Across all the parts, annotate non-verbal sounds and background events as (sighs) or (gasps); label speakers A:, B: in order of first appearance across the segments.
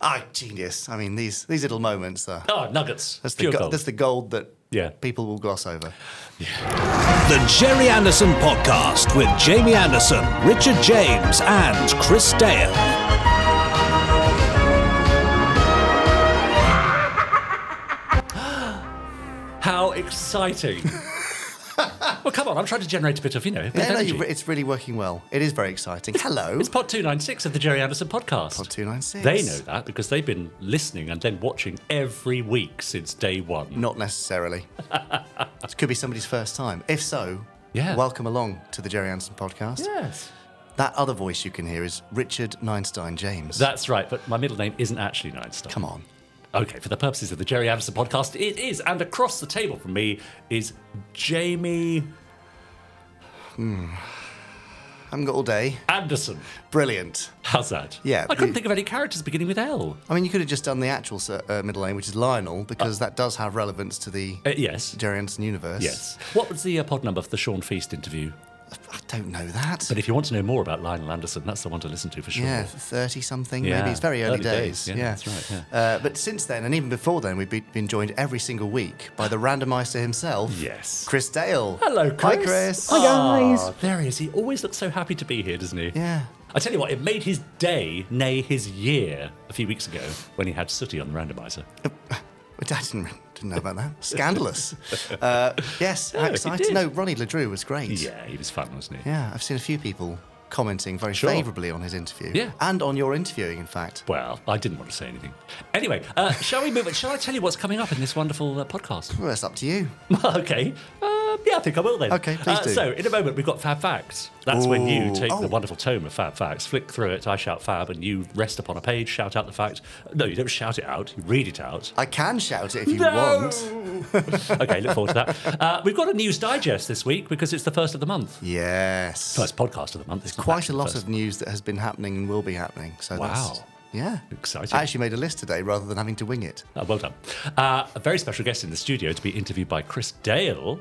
A: Ah, genius. I mean, these these little moments there.
B: Oh, nuggets.
A: That's the,
B: Pure
A: go-
B: gold.
A: that's the gold that
B: Yeah.
A: people will gloss over.
C: The Jerry Anderson Podcast with Jamie Anderson, Richard James, and Chris Dale.
B: How exciting.
A: (laughs)
B: well, come on. I'm trying to generate a bit of, you know, a bit
A: Yeah,
B: of
A: no,
B: energy.
A: you- it's really working well. It is very exciting. Hello.
B: It's pod 296 of the Jerry Anderson podcast.
A: Pod 296.
B: They know that because they've been listening and then watching every week since day one.
A: Not
B: (laughs)
A: necessarily. it could be somebody's first time. If so,
B: Yeah.
A: welcome along to the Jerry Anderson podcast.
B: Yes.
A: That other voice you can hear is Richard Neinstein James.
B: That's right, but my middle name isn't actually Neinstein.
A: Come on.
B: Okay, for the purposes of the Jerry Anderson podcast, it is. And across the table from me is Jamie
A: Hmm. Haven't got all day.
B: Anderson.
A: Brilliant.
B: How's that?
A: Yeah,
B: I couldn't
A: you-
B: think of any characters beginning with L.
A: I mean, you could have just done the actual sur- uh, middle name, which is Lionel, because that does have relevance to the
B: Uh, yes.
A: Jerry Anderson universe.
B: Yes. What was the uh, pod number for the Sean Feast interview?
A: I don't know that.
B: But if you want to know more about Lionel Anderson, that's the one to listen to for sure.
A: Yeah, 30 something,
B: Yeah,
A: maybe. It's very early,
B: early days, yeah, that's right,
A: Uh, but since then, and even before then, we've been, been joined every single week by the randomizer himself,
B: Yes.
A: Chris Dale.
B: Hello, Chris.
A: Hi, Chris. Oh,
B: Ah, there he is. He always looks so happy to be here, doesn't he?
A: Yeah.
B: I tell you what, it made his day, nay, his year, a few weeks ago when he had Sooty on the randomizer.
A: Which I didn't, didn't know
B: (laughs)
A: about that. Scandalous. uh, yes, how
B: he
A: excited.
B: did.
A: No, Ronnie LaDrew was great.
B: Yeah, he was fun, wasn't he?
A: Yeah, I've seen a few people commenting very
B: Sure.
A: favourably on his interview.
B: Yeah.
A: And on your interviewing, in fact.
B: Well, I didn't want to say anything. Anyway, uh, shall we move on? Shall I tell you what's coming up in this wonderful uh, podcast?
A: Well, that's up to you.
B: (laughs) okay. Uh, yeah, I think I will then.
A: Okay, please
B: uh,
A: do.
B: So, in a moment, we've got Fab Facts. That's when you
A: Ooh.
B: take
A: Oh.
B: the wonderful tome of Fab Facts, flick through it, I shout Fab, and you rest upon a page, shout out the fact. No, you don't shout it out, you read it out.
A: I can shout it if you want.
B: okay, look forward to that. Uh, we've got a news digest this week because it's the first of the month.
A: Yes.
B: First podcast of the month. It's not
A: quite a
B: actually
A: lot
B: the first.
A: of news that has been happening and will be happening. So that's,
B: Wow.
A: yeah,
B: Exciting.
A: I actually made a list today rather than having to wing it.
B: Oh, well done. Uh, a very special guest in the studio to be interviewed by Chris Dale,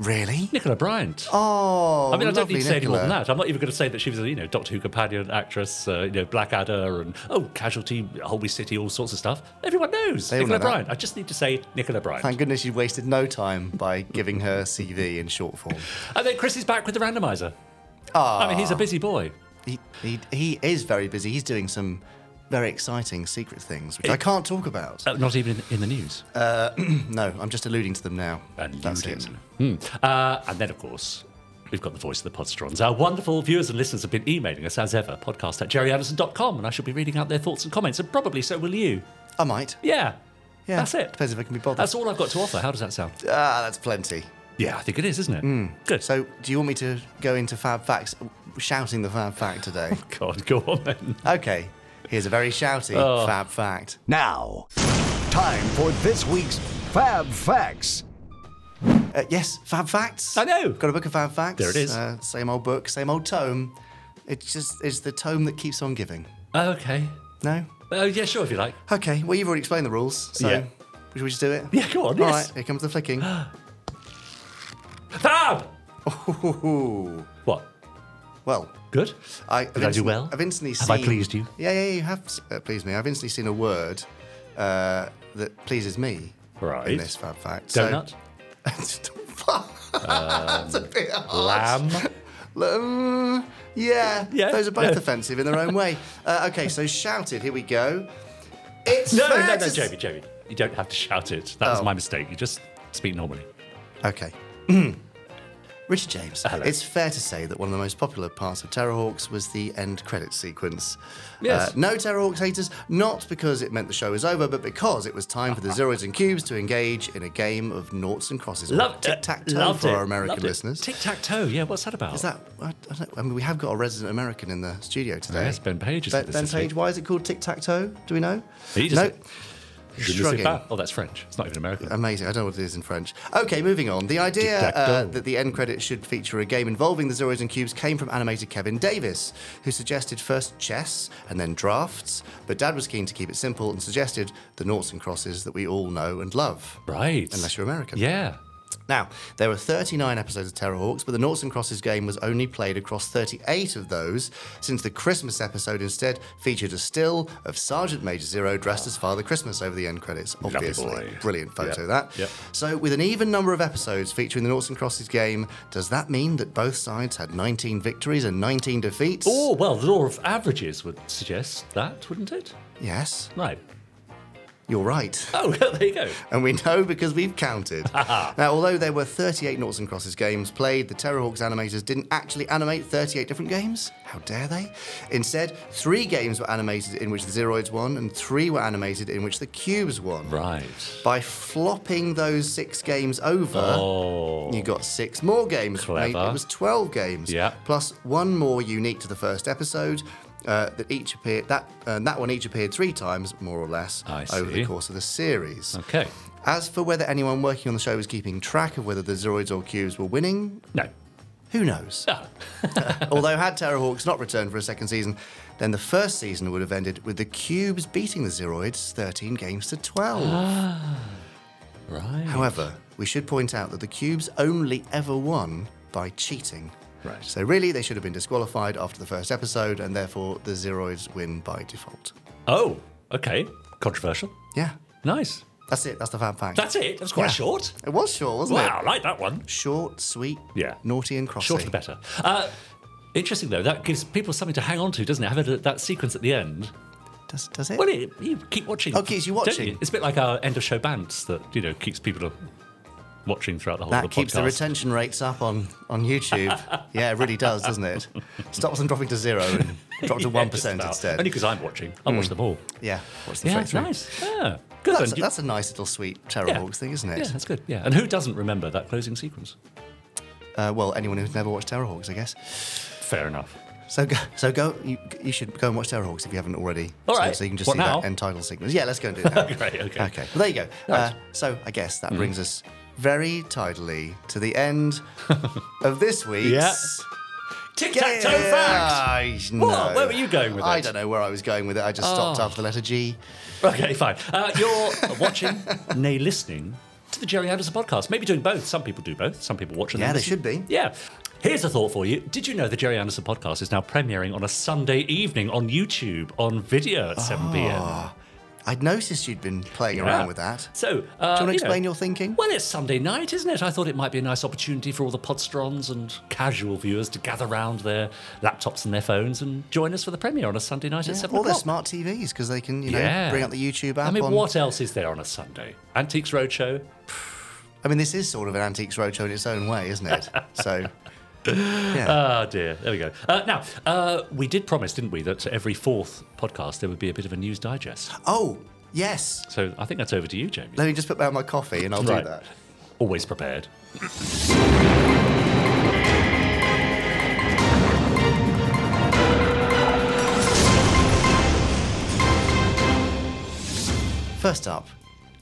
A: Really?
B: Nicola Bryant.
A: Oh,
B: I mean, I don't
A: lovely
B: need to say any more than
A: Nicola.
B: that. I'm not even going to say that she was a you know Doctor Who companion actress, uh, you know Blackadder, and oh Casualty, Holby City, all sorts of stuff. Everyone knows
A: They all
B: Nicola
A: know that.
B: Bryant. I just need to say Nicola Bryant.
A: Thank goodness you wasted no time by giving her CV in short form. Ah.
B: and then Chris is back with the randomizer. I mean, he's a busy boy.
A: He, he, he is very busy. He's doing some very exciting secret things, which I can't talk about. Uh,
B: Uh, not even in, in the news.
A: (clears throat) No, I'm just alluding to them now.
B: And
A: That's
B: you
A: it.
B: did. Hmm. Uh, and then, of course, we've got the voice of the Podstrons. Our wonderful viewers and listeners have been emailing us as ever, podcast at jerryanderson.com, and I shall be reading out their thoughts and comments, and probably so will you.
A: I might.
B: Yeah.
A: Yeah,
B: That's it.
A: Depends if I can be bothered.
B: That's all I've got to offer. How does that sound?
A: ah, that's plenty.
B: Yeah, I think it is, isn't it?
A: Hmm.
B: Good. So,
A: So, do you want me to go into Fab Facts, shouting the Fab Fact today?
B: (laughs) God, go on then. Oh.
A: okay, here's a very shouty Fab Fact.
D: Now, time for this week's Fab Facts.
A: Uh, yes, Fab Facts.
B: I know.
A: Got a book of Fab Facts.
B: There it is.
A: Uh, same old book, same old tome. It's just it's the tome that keeps on giving.
B: Oh, Okay.
A: No.
B: Oh, yeah, sure, if you like.
A: Okay. Well, you've already explained the rules, so
B: Yeah.
A: should we just do it?
B: Yeah, go on,
A: All
B: yes.
A: right. Here comes the
B: (gasps)
A: flicking.
B: Fab!
A: (laughs) Ooh.
B: What?
A: Well,
B: Good?
A: I
B: Did I do well?
A: I've instantly
B: Have
A: seen.
B: I pleased you?
A: Yeah, yeah, you have s- uh, pleased me. I've instantly seen a word uh, that pleases me.
B: Right.
A: In this Fab Fact. So-
B: Donut?
A: (laughs) That's a bit hard.
B: Lamb?
A: Um, yeah,
B: Yeah.
A: those are both
B: Yeah.
A: offensive in their own way. Uh, okay, so shouted. Here we go. It's
B: No,
A: fair
B: no,
A: to
B: no,
A: s-
B: Jamie, Jamie. You don't have to shout it. That was
A: Oh.
B: my mistake. You just speak normally.
A: Okay. (clears throat) Richard James.
B: Hello.
A: It's fair to say that one of the most popular parts of Terrorhawks was the end credit sequence. Uh,
B: Yes.
A: no Terrorhawks haters, not because it meant the show was over, but because it was time for
B: (laughs)
A: the Zeroids and Cubes to engage in a game of noughts and crosses. or
B: Loved it.
A: Tic-tac-toe
B: Loved
A: for
B: it.
A: our American
B: Loved it.
A: listeners.
B: Tic-tac-toe, yeah, what's that about?
A: Is that? I, I, don't, I mean, we have got a resident American in the studio today.
B: Yes, Ben Page is
A: Ben,
B: with us
A: ben
B: this
A: Page. Why is it called tic tac toe? Do we know?
B: He
A: no.
B: doesn't- Je ne sais
A: Shrugging.
B: pas. Oh, that's French. It's not even American.
A: Amazing. I don't know what it is in French. Okay, moving on. The idea uh,
B: Tic-tac-toe.
A: that the end credits should feature a game involving the Zeroes and Cubes came from animator Kevin Davis, who suggested first chess and then drafts. But Dad was keen to keep it simple and suggested the noughts and crosses that we all know and love.
B: right.
A: Unless you're American.
B: Yeah.
A: Now, there are 39 episodes of Terrorhawks, but the Noughts and Crosses game was only played across 38 of those, since the Christmas episode instead featured a still of Sergeant Major Zero dressed as Father Christmas over the end credits, obviously.
B: boy.
A: Brilliant photo,
B: Yep.
A: that.
B: Yep.
A: So, with an even number of episodes featuring the Noughts and Crosses game, does that mean that both sides had 19 victories and 19 defeats?
B: Oh, well, the law of averages would suggest that, wouldn't it?
A: Yes,
B: Right.
A: you're right.
B: (laughs) Oh, well, there you go.
A: and we know because we've
B: (laughs)
A: counted. now, although there were 38 Noughts and Crosses games played, the Terrorhawks animators didn't actually animate 38 different games. How dare they? Instead, three games were animated in which the Zeroids won, and three were animated in which the Cubes won.
B: Right.
A: By flopping those six games over, you got six more games.
B: Oh. Clever.
A: It was 12 games.
B: Yeah.
A: Plus one more unique to the first episode. Uh, that each appeared that uh, that one each appeared three times more or less
B: I
A: over the
B: see.
A: course of the series.
B: Okay.
A: As for whether anyone working on the show was keeping track of whether the Zeroids or Cubes were winning,
B: No.
A: who knows?
B: No.
A: (laughs) Although, had Terrorhawks not returned for a second season, then the first season would have ended with the Cubes beating the Zeroids 13 games to 12.
B: (gasps) Ah. Right.
A: However, we should point out that the Cubes only ever won by cheating.
B: Right.
A: So, really, they should have been disqualified after the first episode, and therefore the Zeroids win by default.
B: Oh, okay. Controversial.
A: Yeah,
B: Nice.
A: that's it. That's the fan fact.
B: That's it. That's quite
A: Yeah.
B: short.
A: It was short, wasn't
B: Wow,
A: it?
B: I like that one.
A: Short, sweet,
B: Yeah.
A: naughty, and crossy.
B: Shorter the better. Uh, interesting, though. That gives people something to hang on to, doesn't it? Having that sequence at the end.
A: Does, does it?
B: Well, it, you keep watching.
A: Oh, keeps you
B: don't
A: watching.
B: It's a bit like our end of show bands that, you know, keeps people watching throughout the whole
A: That
B: of the
A: keeps
B: podcast.
A: the retention rates up on, on
B: (laughs)
A: YouTube. yeah, it really does, doesn't it? Stops them dropping to zero and drop to
B: (laughs) Yeah,
A: one
B: just about.
A: instead. Hmm.
B: Only because I'm watching. I watch them all.
A: yeah, what's the
B: Yeah,
A: straight
B: it's
A: through?
B: nice. Ah. Yeah, good.
A: That's,
B: and you-
A: that's a nice little sweet Terror
B: yeah.
A: Hawks thing, isn't
B: Yeah,
A: it?
B: that's good. Yeah, and who doesn't remember that closing sequence?
A: Uh, well, anyone who's never watched Terror Hawks, I guess.
B: Fair enough.
A: So go, so go. You, you should go and watch Terror Hawks if you haven't already.
B: All
A: so,
B: right.
A: so you can just
B: What
A: see
B: now?
A: that end title sequence. Yeah, let's go and do it now.
B: (laughs) Great. Okay.
A: Okay, well, there you go.
B: Nice. Mm-hmm.
A: Uh, so I guess that brings us very tidily to the
B: (laughs)
A: end of this week's.
B: Tic tac toe
A: Yeah.
B: facts.
A: I
B: What?
A: know.
B: Where were you going with
A: I
B: it?
A: don't know where I was going with it. I just stopped after the letter G.
B: Okay, fine. Uh, you're watching, (laughs) nay, listening to the Jerry Anderson podcast. Maybe doing both. Some people do both. Some people watch and then
A: Yeah, they
B: listen.
A: should be.
B: Yeah. Here's a thought for you. Did you know the Jerry Anderson podcast is now premiering on a Sunday evening on YouTube on video at 7 p.m.?
A: Ah. I'd noticed you'd been playing
B: Yeah.
A: around with that.
B: So, uh,
A: Do you want to
B: know,
A: explain your thinking?
B: Well, it's Sunday night, isn't it? I thought it might be a nice opportunity for all the Podstrons and casual viewers to gather round their laptops and their phones and join us for the premiere on a Sunday night at 7
A: All their
B: o'clock.
A: smart TVs because they can, you know,
B: Yeah.
A: bring up the YouTube app.
B: I mean,
A: on,
B: what else is there on a Sunday? Antiques Roadshow?
A: I mean, this is sort of an antiques roadshow in its own way, isn't
B: (laughs)
A: it? so, yeah,
B: Oh, dear. There we go. Uh, now, uh, we did promise, didn't we, that every fourth podcast there would be a bit of a news digest.
A: Oh, yes.
B: So I think that's over to you, Jamie.
A: Let me just put down my coffee and I'll
B: Right.
A: do that.
B: Always prepared. (laughs)
A: First up,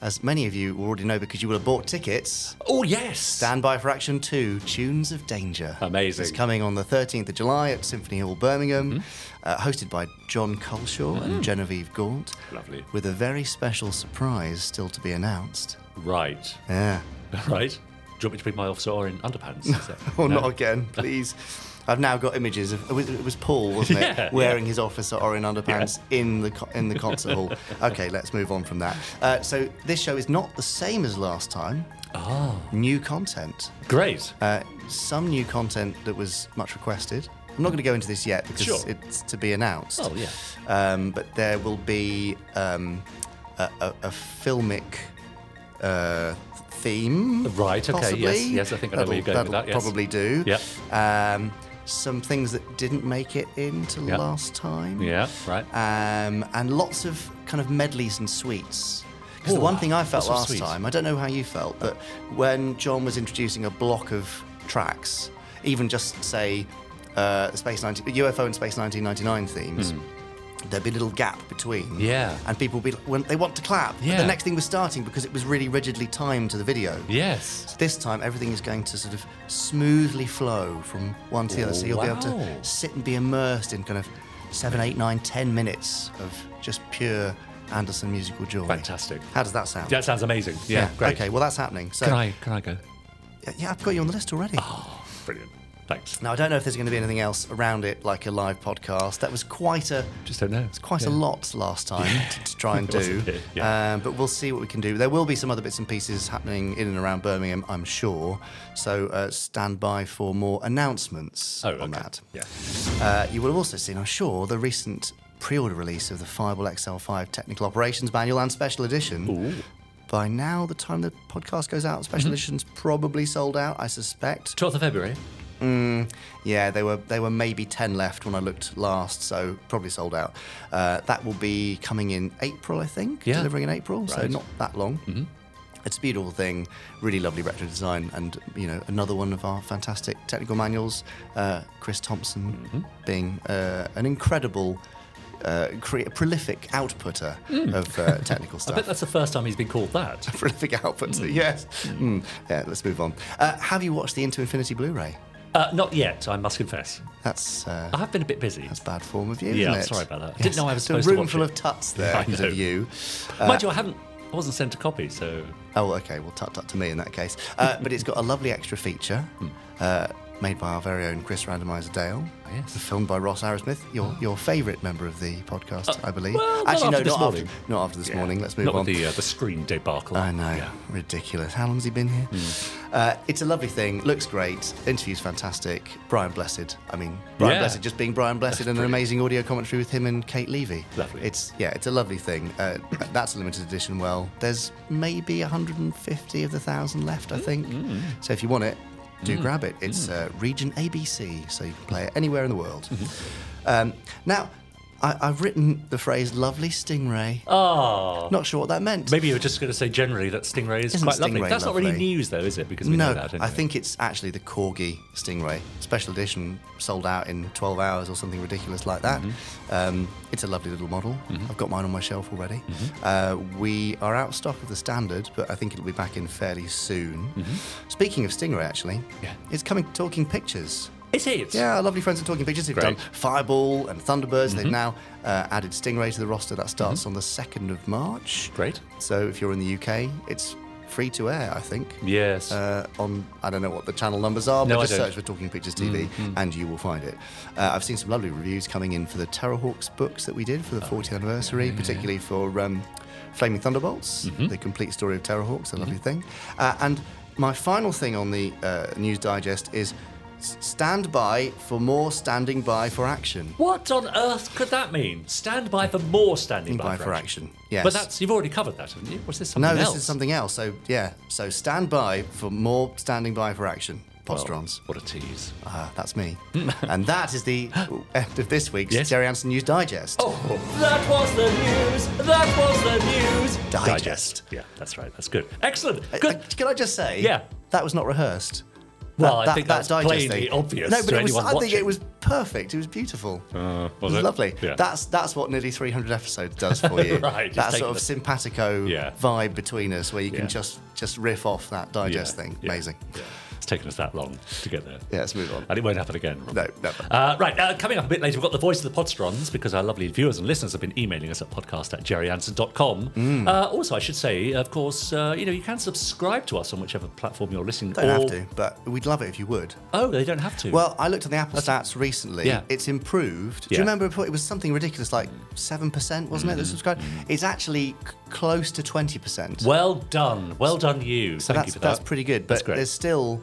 A: as many of you will already know because you will have bought tickets,
B: Oh, yes.
A: Stand By for Action 2 Tunes of Danger.
B: Amazing.
A: It's coming on the 13th of July at Symphony Hall, Birmingham,
B: Mm-hmm.
A: uh, hosted by John Culshaw
B: Mm.
A: and Genevieve Gaunt.
B: Lovely. (laughs)
A: With a very special surprise still to be announced.
B: Right. (laughs)
A: Yeah.
B: Right. Do you want me to bring my officer or in
A: (laughs)
B: underpants? Is that-
A: Or
B: No?
A: not again, please. I've now got images of it was, it was Paul, wasn't it,
B: (laughs) Yeah,
A: wearing his officer orange underpants in the co- in the concert
B: (laughs)
A: hall. Okay, let's move on from that. Uh, so this show is not the same as last time. Oh. New content.
B: Ah. Great.
A: Uh, some new content that was much requested. I'm not going to go into this yet because
B: Sure.
A: it's to be announced.
B: Oh, yeah.
A: Um, but there will be um, a, a, a filmic uh, theme.
B: Right, okay, yes,
A: possibly.
B: yes, I think I know where you're going with
A: that'll
B: that, yes.
A: probably do.
B: Yep.
A: Um, some things that didn't make it into
B: Yeah.
A: last time.
B: Yeah, right.
A: Um, and lots of kind of medleys and sweets. Because the
B: Ooh,
A: one thing I
B: lots
A: felt
B: of
A: last
B: sweets.
A: time, I don't know how you felt, but when John was introducing a block of tracks, even just say uh, the Space 19, UFO and Space 1999 themes. There'd be a little gap between,
B: Hmm. Yeah.
A: and people would be like, when they want to clap, but
B: Yeah.
A: the next thing was starting because it was really rigidly timed to the video.
B: yes.
A: This time, everything is going to sort of smoothly flow from one to the other. So you'll be able
B: Oh, Wow.
A: to sit and be immersed in kind of seven, eight, nine, ten minutes of just pure Anderson musical joy.
B: Fantastic.
A: How does that sound?
B: That sounds amazing. Yeah, great.
A: Okay, well, that's happening. So
B: Can I, can I go?
A: Yeah, yeah, I've got you on the list already.
E: Oh,
B: Brilliant. Thanks.
A: Now I don't know if there's going to be anything else around it, like a live podcast. That was quite a
B: Just don't know.
A: It's quite a lot last time to, to try and do.
B: Wasn't (laughs) it? Yeah.
A: um, but we'll see what we can do. There will be some other bits and pieces happening in and around Birmingham, I'm sure. So uh, stand by for more announcements
B: Oh,
A: on
B: okay.
A: that.
B: Yeah.
A: Uh, you will have also seen, I'm sure, the recent pre-order release of the Fireball XL5 Technical Operations Manual and Special Edition. By now, the time the podcast goes out, special
B: Mm-hmm.
A: edition's probably sold out, I suspect.
B: 12th of February.
A: Mm, Yeah, they were they were maybe ten left when I looked last, so probably sold out. Uh, that will be coming in April, I think.
B: Yeah.
A: Delivering in April, so
B: Right. Mm-hmm.
A: not that long. It's a beautiful thing, really lovely retro design, and you know another one of our fantastic technical manuals. Uh, Chris Thompson
B: Mm-hmm.
A: being uh, an incredible. Uh, cre- prolific outputter of uh, technical
B: Mm. (laughs) I
A: stuff
B: bet that's the first time he's been called
A: (laughs)
B: that.
A: prolific output.
B: Hmm.
A: Yes. Mm. Yeah, let's move on. Uh, have you watched the Into Infinity Blu-ray?
B: Uh, not yet, I must confess.
A: That's uh,
B: I have been a bit busy.
A: that's bad form of you.
B: Yeah,
A: isn't
B: I'm
A: it?
B: sorry about that. I didn't know I was
A: It's
B: supposed
A: a
B: to
A: room
B: watch
A: full
B: it.
A: of tuts there
B: (laughs) I know.
A: of you. Uh,
B: Mind you, I haven't. I wasn't sent a copy, so
A: Oh, okay. Well, tut tut to me in that case. Uh, but it's got a lovely extra
B: (laughs)
A: feature.
B: Hmm.
A: Uh, Made by our very own Chris Randomizer Dale.
B: Oh, yes. Oh.
A: Filmed by Ross Arrowsmith, your your favourite member of the podcast, I believe.
B: Uh, well, not
A: Actually,
B: after
A: no,
B: this
A: not
B: morning.
A: after not after this morning. Let's move
B: not
A: on.
B: with the uh, the screen debacle.
A: I know.
B: Yeah.
A: Ridiculous. How long's he been here? Uh, it's a lovely thing. Looks great. Interview's fantastic. Brian Blessed. I mean, Brian
B: Yeah.
A: Blessed just being Brian Blessed and an amazing audio commentary with him and Kate Levy.
B: Lovely.
A: It's yeah, it's a lovely thing.
B: (laughs)
A: Uh, that's a limited edition. Well, there's maybe 150 of the thousand left, I think.
B: Hmm. Mm-hmm.
A: So if you want it, do grab it. It's uh, region ABC, so you can play it anywhere in the world.
B: Mm-hmm.
A: Um, now. I, I've written the phrase "lovely stingray."
B: Oh.
A: Not sure what that meant.
B: Maybe you were just going to say generally that Stingray is
A: Isn't
B: quite lovely.
A: Stingray
B: That's not really
A: lovely?
B: news, though, is it? Because we know
A: No,
B: that.
A: I
B: anyway.
A: think it's actually the Corgi Stingray special edition, sold out in 12 hours or something ridiculous like that.
B: Mm-hmm.
A: Um, it's a lovely little model. I've got mine on my shelf already.
B: Mm-hmm.
A: Uh, we are out of stock of the standard, but I think it'll be back in fairly soon. Speaking of Stingray, actually,
B: Mm-hmm. Yeah.
A: it's coming to Talking Pictures.
B: Is it?
A: Yeah, our lovely friends at Talking Pictures. They've
B: Great. Mm-hmm.
A: done Fireball and Thunderbirds. They've now uh, added Stingray to the roster. That starts on the 2nd of March.
B: Great.
A: So if you're in the UK, it's free to air, I think
B: Yes.
A: uh, on I don't know what the channel numbers are,
B: No,
A: but
B: I
A: just
B: don't. Mm,
A: search for Talking Pictures TV and you will find it. Uh, I've seen some lovely reviews coming in for the Terrorhawks books that we did
B: Oh,
A: for the 40th anniversary, particularly for um, Flaming Thunderbolts,
B: Mm-hmm.
A: the complete story of Terrorhawks, a lovely thing. Uh, and my final thing on the uh, news digest is. s- Stand by for more standing by for action.
B: what on earth could that mean? Stand by for more standing
A: Standing
B: by,
A: for action. Yes.
B: But that's you've already covered that, haven't you? Was this something
A: no,
B: else?
A: this is something else. So yeah, so stand by for more standing by for action. Postrons.
B: What a tease.
A: Ah, that's
B: (laughs)
A: me. and that is the (gasps) end of this week's
B: Yes.
A: Jerry Anderson News Digest.
B: Oh, that was the news. That was the news.
A: Digest.
B: Yeah, that's right. That's good. Excellent.
A: I- I-
B: Good.
A: can I just say?
B: Yeah.
A: That was not rehersed.
B: Well, I think that's
A: digest
B: plainly
A: thing-
B: obvious
A: No, but
B: to
A: it was,
B: anyone
A: I think
B: watching.
A: it was perfect. It was beautiful. it was
B: Uh, it?
A: lovely.
B: Yeah.
A: That's that's what nearly 300 episodes does for
B: (laughs)
A: you.
B: Right, just
A: That
B: taking
A: sort of
B: the-
A: simpatico
B: Yeah.
A: vibe between us, where you
B: Yeah.
A: can just just riff off that digest
B: Yeah,
A: thing.
B: yeah,
A: Amazing.
B: yeah. It's taken us that long to get there.
A: Yeah, let's move on.
B: And it won't happen again.
A: No, never.
B: Uh, right, uh, coming up a bit later, we've got the voice of the Podstrons because our lovely viewers and listeners have been emailing us at podcast at jerryanson.com.
A: Mm.
B: Uh, also, I should say, of course, uh, you know, you can subscribe to us on whichever platform you're listening
A: Don't
B: or-
A: have to, but we'd love it if you would.
B: Oh, they don't have to.
A: Well, I looked at the Apple stats recently.
B: Yeah.
A: It's improved. Do
B: Yeah. Mm-hmm.
A: you remember before it was something ridiculous like 7%, wasn't it, that subscribed? It's actually c- close to 20%.
B: well done. Well done, you.
A: so
B: Thank
A: that's,
B: you for that.
A: that's pretty good.
B: That's
A: But
B: great.
A: there's still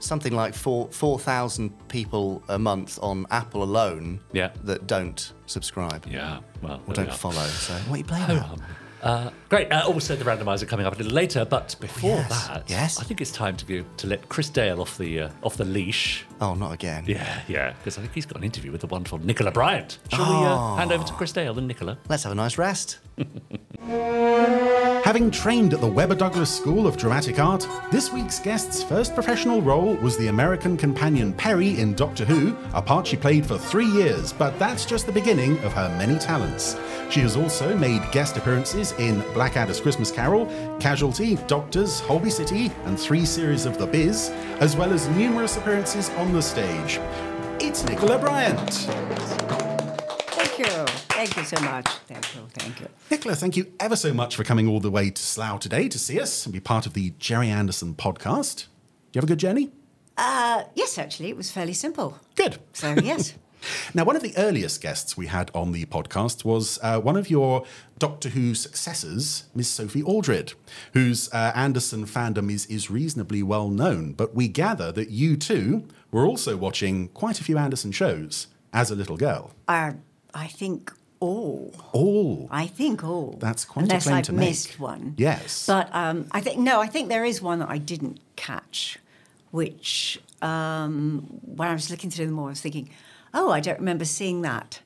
A: something like four 4,000 people a month on Apple alone
B: Yeah.
A: that don't subscribe
B: Yeah, well,
A: or
B: there we
A: don't
B: are. Oh,
A: follow. So what are you playing at?
B: Uh, great. Uh, also, the randomizer coming up a little later, but before
A: yes.
B: that,
A: Yes.
B: I think it's time to go, to let Chris Dale off the uh, off the leash.
A: Oh, not again.
B: Yeah, yeah, because I think he's got an interview with the wonderful Nicola Bryant. Shall
A: Oh.
B: we uh, hand over to Chris Dale and Nicola?
A: Ah. Let's have a nice
B: (laughs)
A: rest.
F: Having trained at the Weber Douglas School of Dramatic Art, this week's guest's first professional role was the American companion Perry in Doctor Who, a part she played for three years, but that's just the beginning of her many talents. She has also made guest appearances in Blackadder's Christmas Carol, Casualty, Doctors, Holby City, and three series of The Biz, as well as numerous appearances on the stage. It's Nicola Bryant.
G: Thank you. Thank you so much. Thank you. Thank you.
F: Nicola, thank you ever so much for coming all the way to Slough today to see us and be part of the Jerry Anderson podcast.
E: you have a good journey?
G: Uh, Yes, actually, it was fairly simple.
E: Good.
G: So,
F: (laughs)
G: yes.
E: Now, one of the earliest guests we had on the podcast was uh, one of your Doctor Who successors, Miss Sophie Aldred, whose uh, Anderson fandom is, is reasonably well known. But we gather that you too were also watching quite a few Anderson shows as a little girl.
G: uh, I think all.
E: All.
G: I think all.
E: That's quite a
G: Unless
E: claim
G: I've
E: to make.
G: missed one.
E: Yes.
G: But um, I think no, I think there is one that I didn't catch, which um, when I was looking through them all, I was thinking, oh, I don't remember seeing that.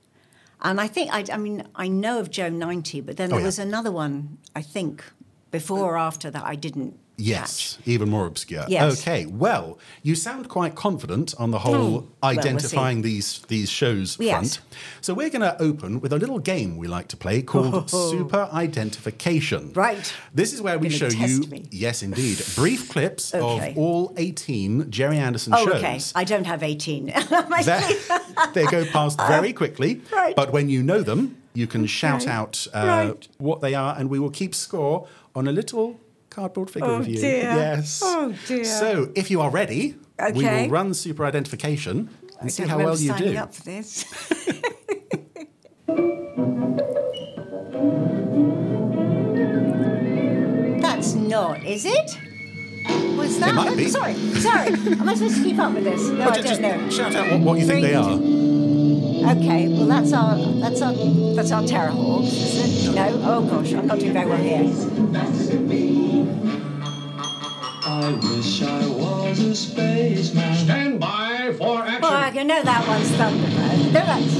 G: And I think I, I mean I know of Joe ninety, but then there
E: Oh, yeah.
G: was another one I think before or after that I didn't
E: Yes,
G: catch.
E: even more obscure.
G: Yes. Oh,
E: Okay, well, you sound quite confident on the whole
G: we'll
E: identifying these these shows
G: Yes.
E: front. So we're going to open with a little game we like to play called Super Identification.
G: Oh. Right.
E: This is where we
G: Gonna
E: show you,
G: test me.
E: yes, indeed, brief clips
G: Okay.
E: of all 18 Jerry Anderson
G: Oh,
E: shows.
G: okay. I don't have eighteen. (laughs)
E: That- they go past very quickly.
G: Uh, right.
E: But when you know them, you can shout
G: Okay.
E: out uh,
G: Right.
E: what they are, and we will keep score on a little cardboard figure
G: Oh,
E: of you.
G: dear.
E: Yes.
G: Oh, dear.
E: So if you are ready, we will
G: Okay.
E: run super identification and see
G: don't
E: how
G: remember
E: well you
G: signing
E: do.
G: up for this. (laughs) That's not, is it? Was that?
E: might be.
G: Sorry, sorry. Am I supposed to keep up with
E: (laughs)
G: this? No, I
E: Ju-
G: don't
E: just
G: know.
E: shout out what, what you think they are.
G: Okay, well that's our that's our that's our terror horse, is it? No. Oh gosh, I'm not doing very well here.
H: I wish I was a spaceman. Stand by for action.
G: Well, I can know that one's Thunderbird. No, that's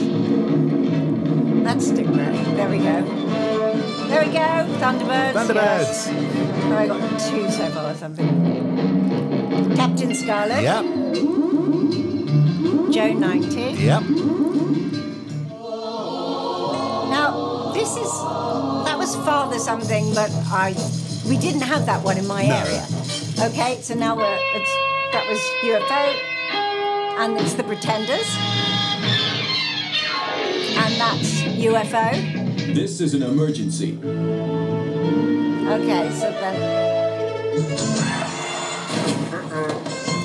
G: that's Stingray. There we go. There we go. Thunderbirds.
E: Thunderbirds.
G: Yes. Oh, I got two so far or something. Captain Scarlet.
E: Yep.
G: Joe 90.
E: Yep.
G: Now, this is that was father something, but I we didn't have that one in my
E: No.
G: area. Okay, so now we're it's that was UFO, and it's the Pretenders, and that's UFO.
I: This is an emergency.
G: Okay, so then.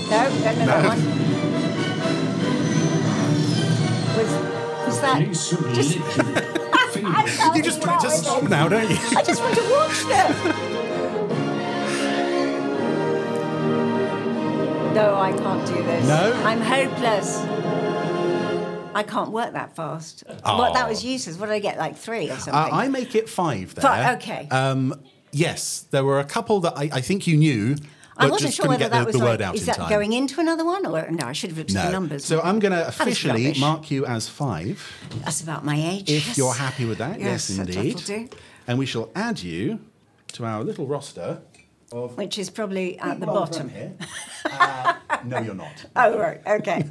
G: No, don't know that
E: (laughs)
G: one. Was, was that? Just, (laughs)
E: You just want to stop (laughs) now, don't you?
G: I just want to watch them. no, I can't do this.
E: No?
G: I'm hopeless. I can't work that fast. What that was useless. What did I get? Like three or
E: Uh,
G: something.
E: I make it five there.
G: Fi- okay.
E: Um, yes, there were a couple that I, I think you knew, but
G: I wasn't
E: just
G: sure
E: couldn't
G: whether
E: get
G: that
E: the,
G: was
E: the
G: like,
E: word out
G: is
E: in
G: that
E: time.
G: going into another one or no? I should have looked at the numbers.
E: So I'm going to
G: That was
E: officially
G: rubbish.
E: mark you as five
G: That's about my age.
E: if
G: yes.
E: you're happy with that. Yes,
G: Yes, that- that'll
E: indeed.
G: do.
E: And we shall add you to our little roster of
G: Which is probably at the
E: Well
G: bottom.
E: done here. Uh, no, you're not.
G: Oh right.
E: (laughs)
G: Okay.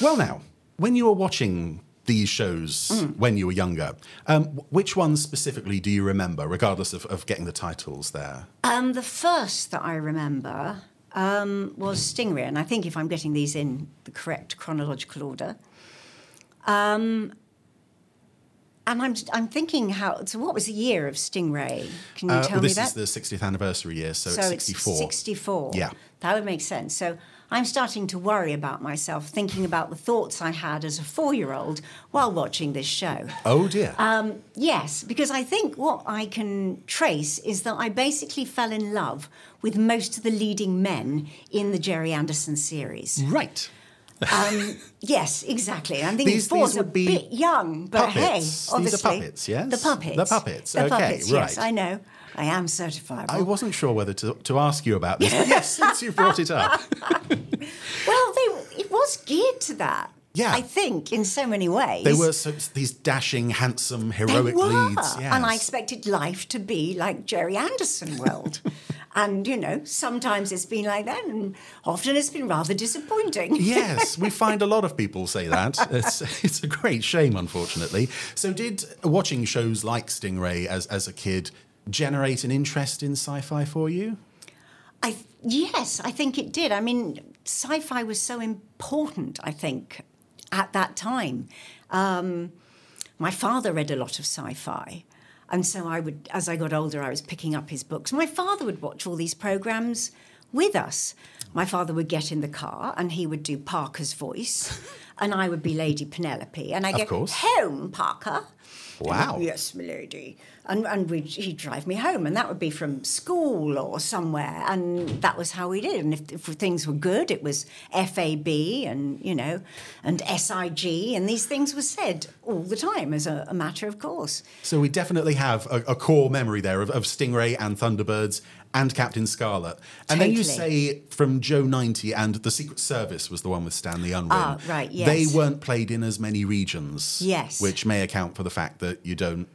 E: Well, now, when you were watching these shows when you were younger, um, wh- which ones specifically do you remember, regardless of, of getting the titles there?
G: Um, the first that I remember um, was Stingray, and I think if I'm getting these in the correct chronological order. Um, and I'm, I'm thinking how, so what was the year of Stingray? Can you
E: Uh,
G: tell
E: well,
G: me
E: this
G: that?
E: is the 60th anniversary year, so,
G: so
E: it's 64.
G: 64.
E: Yeah.
G: That would make sense. So I'm starting to worry about myself, thinking about the thoughts I had as a four year old while watching this show.
E: Oh dear.
G: Uh, Um, Yes, because I think what I can trace is that I basically fell in love with most of the leading men in the Jerry Anderson series. Um,
E: right. (laughs)
G: Yes, exactly. And I think
E: These-
G: four's
E: these
G: a
E: would be
G: bit young, but
E: puppets. These
G: hey,
E: are
G: obviously
E: puppets, yes?
G: the puppets,
E: The puppets,
G: the
E: okay,
G: puppets. Yes,
E: right.
G: I know. I am certifiable.
E: I
G: (laughs)
E: wasn't sure whether to, to ask you about this, but yes, since you brought it up.
G: (laughs) well, they, it was geared to that.
E: Yeah.
G: I think in so many ways
E: They were so, these dashing, handsome, heroic
G: They were.
E: leads. Yes.
G: And I expected life to be like Jerry Anderson
E: (laughs)
G: world. and, you know, sometimes it's been like that and often it's been rather disappointing.
E: yes,
G: (laughs)
E: we find a lot of people say that. It's, it's a great shame, unfortunately. So, did watching shows like Stingray as, as a kid generate an interest in sci fi for you?
G: I th- yes, I think it did. I mean, sci-fi was so important. I think at that time, um, my father read a lot of sci-fi, and so I would, as I got older, I was picking up his books. My father would watch all these programs with us. My father would get in the car and he would do Parker's voice, and I would be Lady Penelope. And I get
E: course.
G: home, Parker.
E: Wow.
G: Yes, my lady. And, and we'd, he'd drive me home, and that would be from school or somewhere. And that was how we did. And if, if things were good, it was FAB and, you know, and SIG. And these things were said all the time as a, a matter of course.
E: So we definitely have a, a core memory there of, of Stingray and Thunderbirds and Captain Scarlet. And then you
G: Totally.
E: say from Joe 90 and the Secret Service was the one with Stanley Unwin.
G: Ah, right, yes.
E: They weren't played in as many regions.
G: Yes.
E: Which may account for the fact that you don't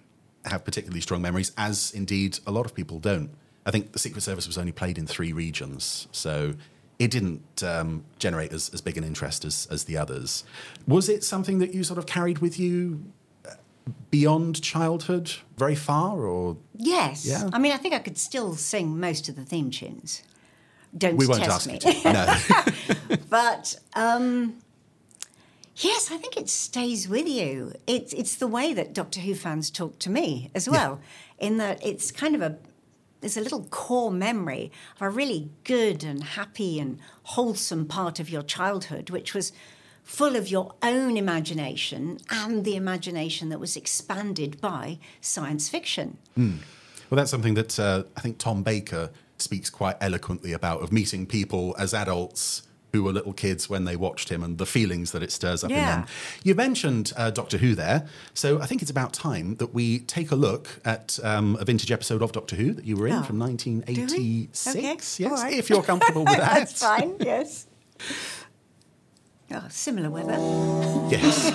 E: have particularly strong memories, as indeed a lot of people don't. I think the Secret Service was only played in three regions. So it didn't um, generate as, as big an interest as, as the others. Was it something that you sort of carried with you uh, beyond childhood very far or
G: Yes.
E: Yeah.
G: I mean, I think I could still sing most of the theme tunes. Don't
E: we won't
G: test
E: ask
G: me.
E: you to. no
G: (laughs) but um, yes, I think it stays with you. It's it's the way that Doctor Who fans talk to me as well, in that it's kind of a there's a little core memory of a really good and happy and wholesome part of your childhood, which was full of your own imagination and the imagination that was expanded by science fiction.
E: Mm. well that's something that uh, i think tom baker speaks quite eloquently about of meeting people as adults who were little kids when they watched him and the feelings that it stirs up in
G: Yeah.
E: them you mentioned uh, doctor who there so i think it's about time that we take a look at um, a vintage episode of doctor who that you were in
G: Oh.
E: from 1986
G: Okay,
E: yes
G: (laughs) all right.
E: if you're comfortable with that
G: (laughs) That's fine, yes. Oh, similar weather.
E: yes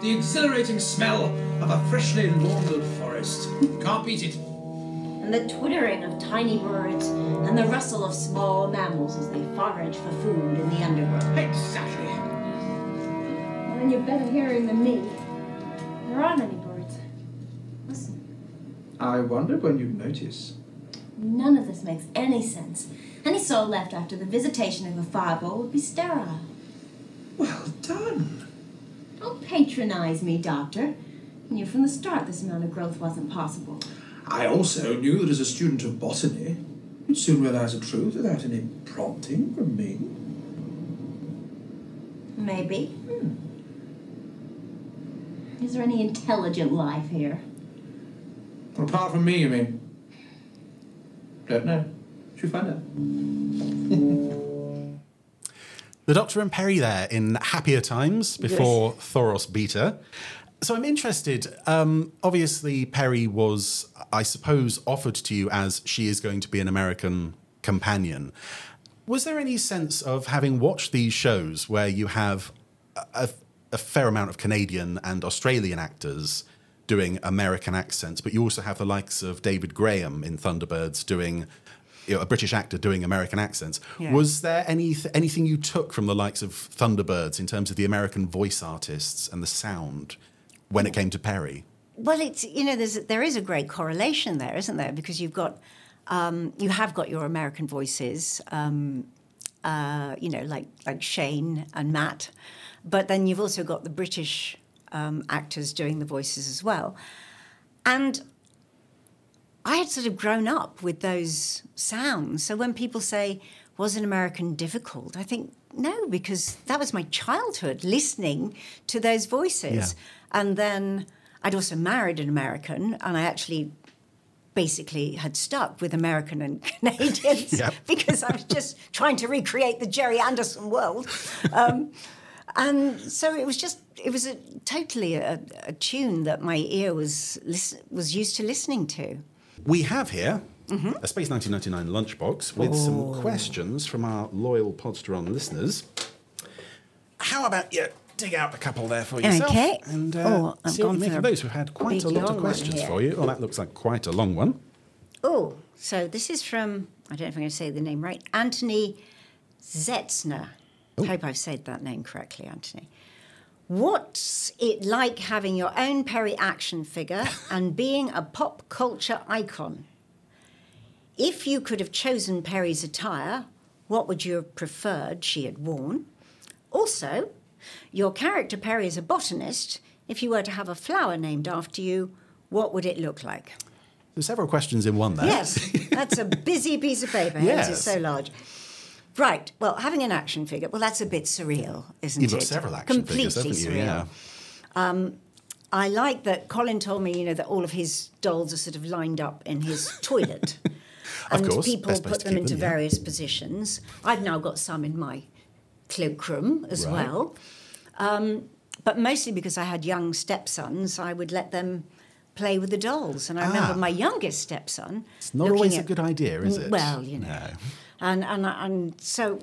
H: The exhilarating smell of a freshly laundered forest. Can't beat it.
F: and the twittering of tiny birds and the rustle of small mammals as they forage for food in the undergrowth.
H: Exactly.
F: Well, then you're better hearing than me. There aren't any birds. Listen,
H: I wonder when you notice.
F: none of this makes any sense. Any soul left after the visitation of a fireball would be sterile.
H: Well done.
F: Don't patronize me, Doctor. You knew from the start this amount of growth wasn't possible.
H: I also knew that as a student of botany, you'd soon realize the truth without any prompting from me.
F: Maybe.
H: Hmm.
F: Is there any intelligent life here?
H: Apart from me, you mean? Don't know. Should find out.
E: The Doctor and Perry there in happier times before Thoros Beta. So I'm interested. Um, obviously, Perry was, I suppose, offered to you as she is going to be an American companion. Was there any sense of having watched these shows where you have a, a- a fair amount of Canadian and Australian actors doing American accents, but you also have the likes of David Graham in Thunderbirds doing you know, a British actor doing American accents.
G: Yeah.
E: Was there any anything you took from the likes of Thunderbirds in terms of the American voice artists and the sound when it came to Perry?
G: Well, it's you know there's there is a great correlation there, isn't there? Because you've got um, you have got your American voices, um, uh, you know, like like Shane and Matt, but then you've also got the British um, actors doing the voices as well, and. I had sort of grown up with those sounds. So when people say, was an American difficult? I think, no, because that was my childhood listening to those voices. And then I'd also married an American, and I actually basically had stuck with American and (laughs) Canadians
E: Yep.
G: (laughs) because I was just trying to recreate the Jerry Anderson world. Um, and so it was just, it was a, totally a, a tune that my ear was, lis- was used to listening to.
E: We have here
G: Mm-hmm.
E: a Space 1999 lunchbox with
G: Oh.
E: some questions from our loyal Podsteron listeners. How about you dig out a couple there for yourself?
G: Okay.
E: And uh,
G: Oh, I've
E: see what
G: gone
E: you make
G: for
E: of
G: a
E: those. We've had quite
G: big
E: a lot
G: long
E: of
G: one
E: questions
G: here.
E: for you. Oh, that looks like quite a long one.
G: Oh, so this is from, I don't know if I'm going to say the name right, Anthony Zetzner. I hope I've said that name correctly, Anthony. What's it like having your own Perry action figure and being a pop culture icon? If you could have chosen Perry's attire, what would you have preferred she had worn? Also, your character Perry is a botanist. If you were to have a flower named after you, what would it look like?
E: There's several questions in one there.
G: Yes, that's a busy piece of paper.
E: Yes.
G: Yes. It's so large. Right. Well, having an action figure, well, that's a bit surreal, isn't
E: You've
G: it?
E: got several action
G: Completely
E: figures, haven't you?
G: surreal. Um,
E: Yeah.
G: I like that Colin told me, you know, that all of his dolls are sort of lined up in his
E: (laughs)
G: toilet. and
E: course,
G: people
E: best place
G: put
E: to
G: them
E: keep
G: into
E: them, yeah.
G: various positions. I've now got some in my cloakroom as
E: Right.
G: well. Um, but mostly because I had young stepsons, I would let them play with the dolls. And I remember my youngest stepson.
E: Ah. It's not
G: looking
E: always a
G: at-
E: good idea, is it?
G: Well, you know.
E: No.
G: And, and, and so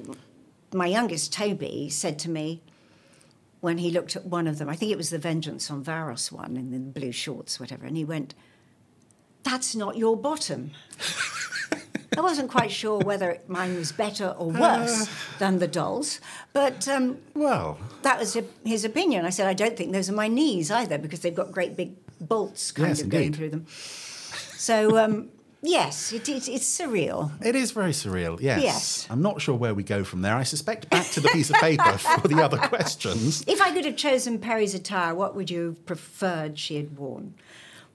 G: my youngest, Toby, said to me when he looked at one of them, I think it was the Vengeance on Varos one in the blue shorts, whatever, and he went, That's not your
E: (laughs)
G: bottom. I wasn't quite sure whether mine was better
E: Uh,
G: or worse than the doll's, but um,
E: Well,
G: that was his opinion. I said, I don't think those are my knees either because they've got great big bolts kind
E: Yes,
G: of going
E: indeed.
G: through them. So, um, yes, it, it, it's surreal.
E: it is very surreal. Yes.
G: Yes.
E: I'm not sure where we go from there. I suspect back to the piece of paper (laughs) for the other questions.
G: If I could have chosen Perry's attire, what would you have preferred she had worn?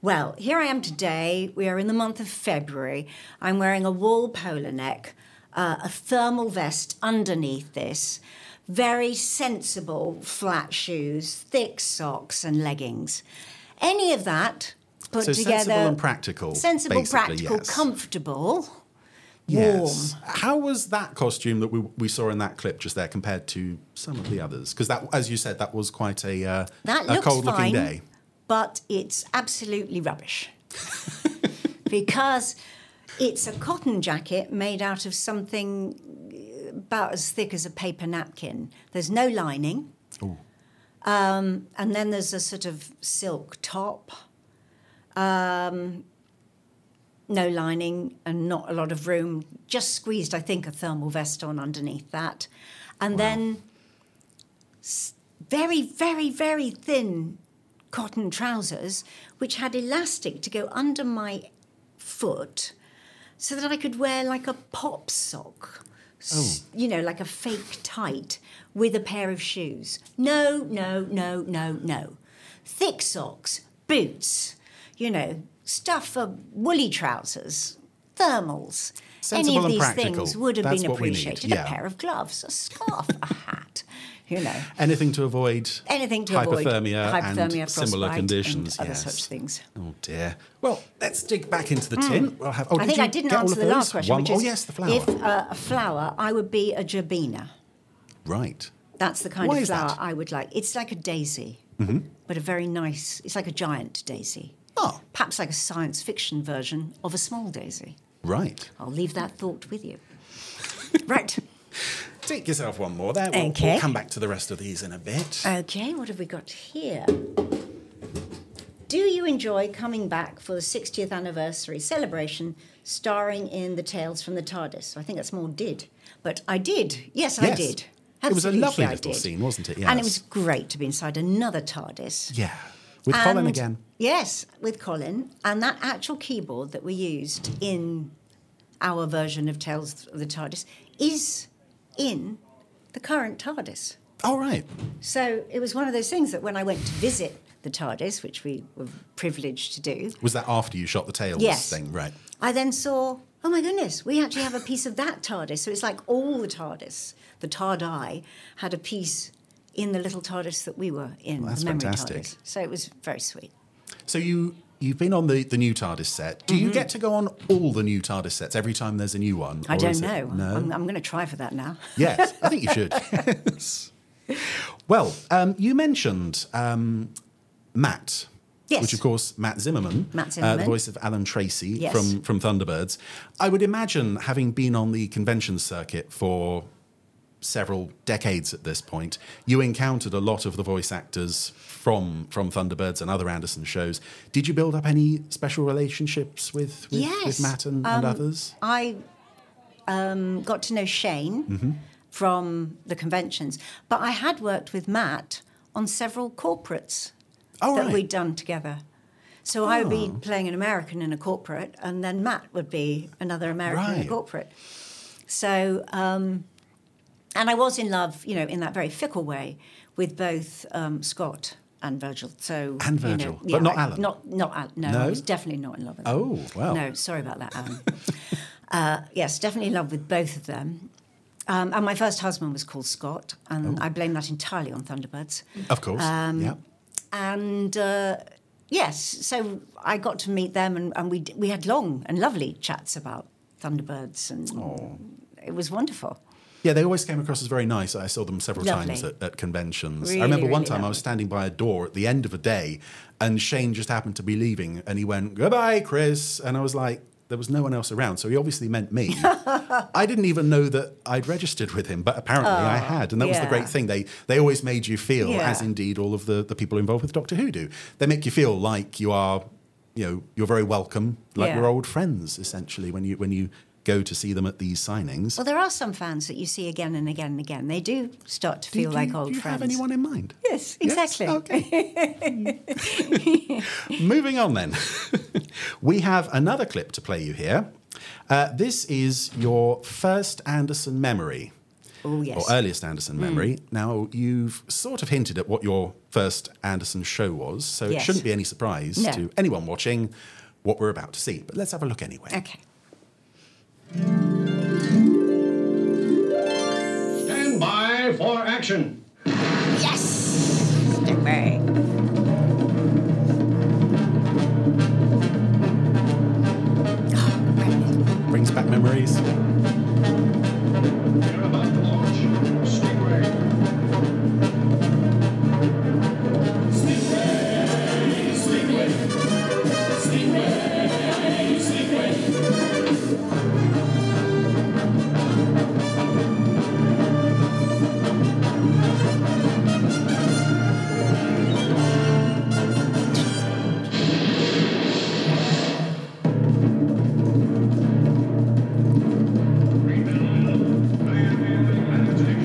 G: Well, here I am today. We are in the month of February. I'm wearing a wool polo neck, uh, a thermal vest underneath this, very sensible flat shoes, thick socks, and leggings. Any of that put
E: So
G: together.
E: sensible and practical,
G: Sensible,
E: basically,
G: practical,
E: yes.
G: comfortable,
E: Yes. How was that costume that we, we saw in that clip just there compared to some of the others? Because that, as you said, that was quite a uh,
G: That
E: a
G: looks
E: cold
G: fine,
E: looking day.
G: but it's absolutely rubbish because it's a cotton jacket made out of something uh, about as thick as a paper napkin. There's no lining. Um, and then there's a sort of silk top. Um, no lining and not a lot of room. Just squeezed, I think, a thermal vest on underneath that. And then s- very, very, very thin cotton trousers, which had elastic to go under my foot so that I could wear like a pop sock, S-
E: Oh.
G: you know, like a fake tight with a pair of shoes. No, no, no, no, no. Thick socks, boots, you know, stuff for woolly trousers, thermals. Any
E: Sensible
G: of
E: and
G: these
E: practical.
G: things would have
E: That's
G: been
E: what we need,
G: appreciated.
E: yeah.
G: A pair of gloves, a scarf, a hat, you know
E: Anything to avoid
G: anything to avoid
E: hypothermia, and
G: frostbite,
E: similar
G: and
E: conditions.
G: other
E: yes.
G: such things. Hmm.
E: Oh dear. Well, let's dig back into the tin. We'll have. Oh,
G: I
E: did
G: think
E: you
G: I didn't
E: get all
G: answer
E: of
G: the last
E: those?
G: question,
E: One-
G: which
E: oh
G: is
E: yes, the flower.
G: if uh, a flower, I would be a gerbina.
E: right.
G: That's the kind
E: Why
G: of
E: is that?
G: flower I would like. It's like a daisy,
E: Mm-hmm.
G: but a very nice. It's like a giant daisy.
E: Oh.
G: Perhaps like a science fiction version of a small daisy.
E: Right.
G: I'll leave that thought with
E: (laughs)
G: you. right.
E: Take yourself one more there. We'll, we'll
G: Okay.
E: come back to the rest of these in a bit.
G: Okay, Uh, what have we got here? Do you enjoy coming back for the 60th anniversary celebration starring in the Tales from the TARDIS? So I think that's more did. But I did. Yes, I
E: Yes.
G: did.
E: It was a
G: Absolutely,
E: lovely
G: I
E: little
G: did.
E: scene, wasn't it?
G: And
E: Yes.
G: it was great to be inside another TARDIS.
E: yeah. With Colin
G: And-
E: again.
G: Yes, with Colin. And that actual keyboard that we used in our version of Tales of the TARDIS is in the current TARDIS.
E: All Oh, right.
G: So it was one of those things that when I went to visit the TARDIS, which we were privileged to do,
E: Was that after you shot the tails
G: Yes.
E: thing? Right.
G: I then saw, oh my goodness, we actually have a piece of that TARDIS. So it's like all the TARDIS, the TARDI, had a piece in the little TARDIS that we were in,
E: Well, that's
G: the memory
E: fantastic.
G: TARDIS. So it was very sweet.
E: So you you've been on the the new TARDIS set. Do you get to go on all the new TARDIS sets every time there's a new one?
G: Mm-hmm. I
E: or
G: don't
E: is it-
G: know.
E: No.
G: I'm, I'm going to try for that now.
E: Yes, I think you should. Yes. Well, um, you mentioned um, Matt.
G: Yes.
E: Which, of course, Matt Zimmerman, uh,
G: Matt
E: the
G: Zimmerman.
E: voice of Alan Tracy
G: Yes.
E: from, from Thunderbirds. I would imagine, having been on the convention circuit for several decades at this point, you encountered a lot of the voice actors from from Thunderbirds and other Anderson shows. Did you build up any special relationships with, with, with
G: Yes.
E: Matt and, and others?
G: (laughs) I um, got to know Shane
E: Mm-hmm.
G: from the conventions, but I had worked with Matt on several corporates
E: Oh,
G: that
E: right. Oh.
G: we'd done together. So I would be playing an American in a corporate, and then Matt would be another American in
E: Right.
G: a corporate. So, um, and I was in love, you know, in that very fickle way with both um, Scott and Virgil. So
E: And
G: you know,
E: Virgil, but
G: yeah,
E: not
G: I-
E: Alan.
G: Not not Alan. No,
E: No?
G: I was definitely not in love with.
E: Oh, wow.
G: No, sorry about that, Alan.
E: (laughs)
G: uh, yes, definitely in love with both of them. Um, and my first husband was called Scott, and I blame that entirely on Thunderbirds.
E: Oh.
G: Um,
E: Of course. yeah.
G: And uh, yes, so I got to meet them, and, and we d- we had long and lovely chats about Thunderbirds, and
E: Oh.
G: it was wonderful.
E: Yeah, they always came across as very nice. I saw them several
G: Lovely.
E: times at, at conventions.
G: Really,
E: I remember one
G: really
E: time I was
G: lovely.
E: standing by a door at the end of a day, and Shane just happened to be leaving, and he went, Goodbye, Chris. And I was like, There was no one else around, so he obviously meant me.
G: (laughs)
E: I didn't even know that I'd registered with him, but apparently I had. And that was the great
G: Oh, yeah.
E: thing. They, they always made you feel,
G: Yeah.
E: as indeed all of the, the people involved with Doctor Who do, they make you feel like you are. You know, you're very welcome, like
G: Yeah.
E: we're old friends, essentially. When you when you go to see them at these signings,
G: Well, there are some fans that you see again and again and again. They do start to
E: Do-
G: feel
E: do
G: like
E: you-
G: old
E: do you
G: friends.
E: have anyone in mind?
G: Yes, exactly.
E: Okay. Moving on then. (laughs) we have another clip to play you here. Uh, this is your first Anderson memory.
G: Oh, yes.
E: Or earliest Anderson memory. Now, you've sort of hinted at what your first Anderson show was, so it
G: Yes.
E: shouldn't be any surprise
G: No.
E: to anyone watching what we're about to see. But let's have a look anyway.
G: Okay.
H: Stand by for action.
J: Yes! Thunderbird.
E: Brings back memories.
H: You're about to launch Stingray.